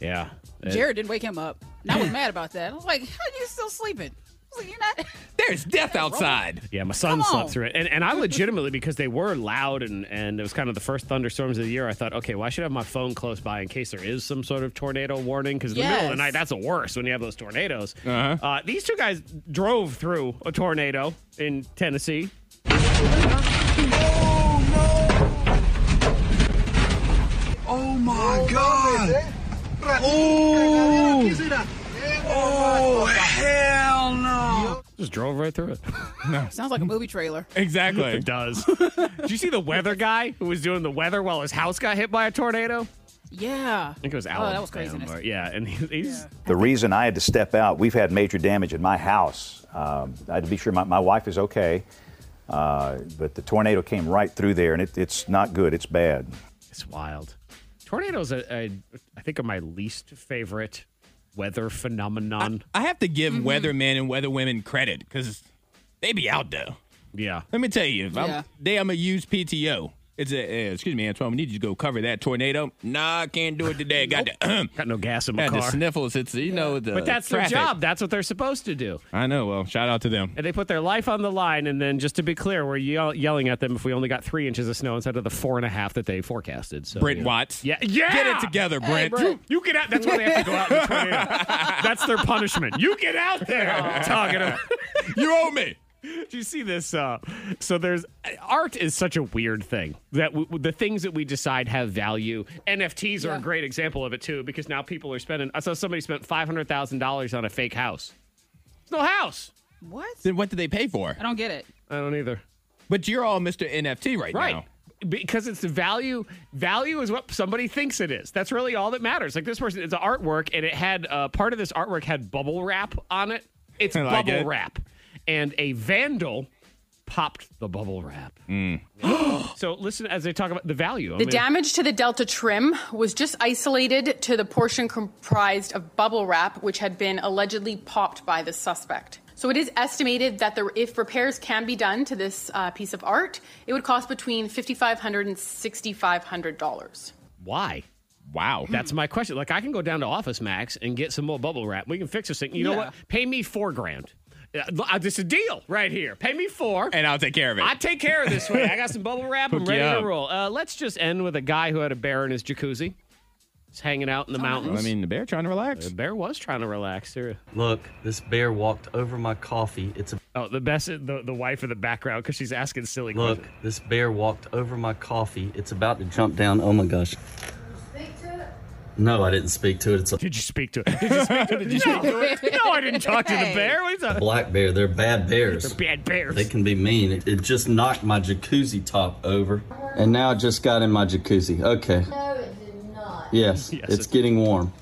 A: yeah.
D: Jared didn't wake him up. And
A: <laughs>
D: I was mad about that. I was like, how are you still sleeping? I was like, you're not.
C: There's death outside.
A: Yeah, my son
D: Come
A: slept
D: on.
A: through it. And, and I legitimately, because they were loud and, and it was kind of the first thunderstorms of the year, I thought, okay, well, I should have my phone close by in case there is some sort of tornado warning. Because in the middle of the
D: Yes.
A: night, that's the worst when you have those tornadoes. Uh-huh. these two guys drove through a tornado in Tennessee.
B: Oh my god! Oh! Oh hell no!
A: Just drove right through it.
D: <laughs> Sounds like a movie trailer.
C: Exactly.
A: <laughs> It does. <laughs> Did you see the weather guy who was doing the weather while his house got hit by a tornado? I
D: Yeah.
A: think it was
D: Oh,
A: Alabama.
D: that was craziness.
A: or- Yeah, and he- he's
I: The reason I had to step out, we've had major damage in my house. Um, I had to be sure my, my wife is okay. Uh, but the tornado came right through there, and it, it's not good. It's bad.
A: It's wild. Tornadoes, I, I, I think, are my least favorite weather phenomenon.
C: I have to give weathermen and weatherwomen credit because they be out there.
A: yeah.
C: Let me tell you, if
D: Yeah.
C: I'm, they I'm gonna use PTO. It's a eh, excuse me, Antoine. We need you to go cover that tornado. Nah, I can't do it today. Got the <clears throat>
A: Got no gas in my
C: got the
A: car.
C: sniffles. It's you know the
A: But that's
C: traffic.
A: their job. That's what they're supposed to do.
C: I know. Well, shout out to them.
A: And they put their life on the line. And then, just to be clear, we're yell- yelling at them if we only got three inches of snow instead of the four and a half that they forecasted. So,
C: Brent
A: yeah.
C: Watts.
A: Yeah. Yeah.
C: Get it together, Brent.
A: You, you get out. That's why they have to go out in the tornado.
C: <laughs>
A: that's their punishment. You get out there. Talking about.
C: you owe me.
A: Do you see this? Uh, so there's art is such a weird thing that w- the things that we decide have value. NFTs are a
D: Yeah.
A: great example of it too, because now people are spending. I saw somebody spent five hundred thousand dollars on a fake house. It's no house.
D: What?
C: Then what did they pay for?
D: I don't get it.
A: I don't either.
C: But you're all Mr. NFT right,
A: Right.
C: now.
A: Because it's the value. Value is what somebody thinks it is. That's really all that matters. Like this person, it's an artwork, and it had uh, part of this artwork had bubble wrap on it. It's
C: <laughs> I like
A: bubble
C: it.
A: wrap, and a vandal popped the bubble wrap.
C: Mm.
A: <gasps> so listen as they talk about the value. I
J: The
A: mean,
J: damage to the Delta trim was just isolated to the portion comprised of bubble wrap, which had been allegedly popped by the suspect. So it is estimated that the, if repairs can be done to this uh, piece of art, it would cost between $5,500 and $6,500.
A: why?
C: Wow.
A: That's my question. Like I can go down to Office Max and get some more bubble wrap. We can fix this thing. You know
D: Yeah.
A: what? Pay me four grand. Uh, this is a deal right here. Pay me four.
C: and I'll take care of it.
A: I take care of this way. I got some bubble wrap. I'm
C: Hook
A: ready
C: you
A: to
C: up.
A: roll. Uh, let's just end with a guy who had a bear in his jacuzzi. He's hanging out in
K: Oh,
A: the mountains.
C: I mean, the bear trying to relax.
A: the bear was trying to relax. There.
K: Look, this bear walked over my coffee. It's a
A: Oh, the best, the, the wife in the background because she's asking silly
K: look.
A: questions.
K: This bear walked over my coffee. It's about to jump down. Oh my gosh. No, I didn't speak to it. It's a
A: Did you speak to it? Did you speak to it? Did
K: <laughs>
A: you speak to it? No, I didn't talk to the bear. What are you talking
K: black bear. They're bad bears.
A: Bad
K: They
A: bears.
K: can be mean. It, it just knocked my jacuzzi top over, and now it just got in my jacuzzi. Okay.
J: No, it did not.
K: Yes,
A: Yes,
K: it's
A: it-
K: getting warm.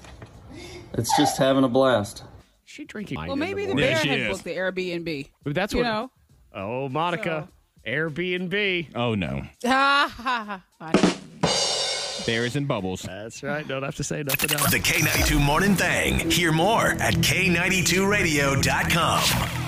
K: It's just having a blast.
A: she drinking?
D: Well, maybe the bear had booked the Airbnb.
A: But that's
D: you
A: what-
D: know. <laughs>
A: Oh, Monica, Airbnb.
C: Oh no,
D: Ha ha ha.
C: bears and bubbles.
A: That's right. Don't have to say nothing else.
B: The K92 Morning Thing. Hear more at K92Radio.com.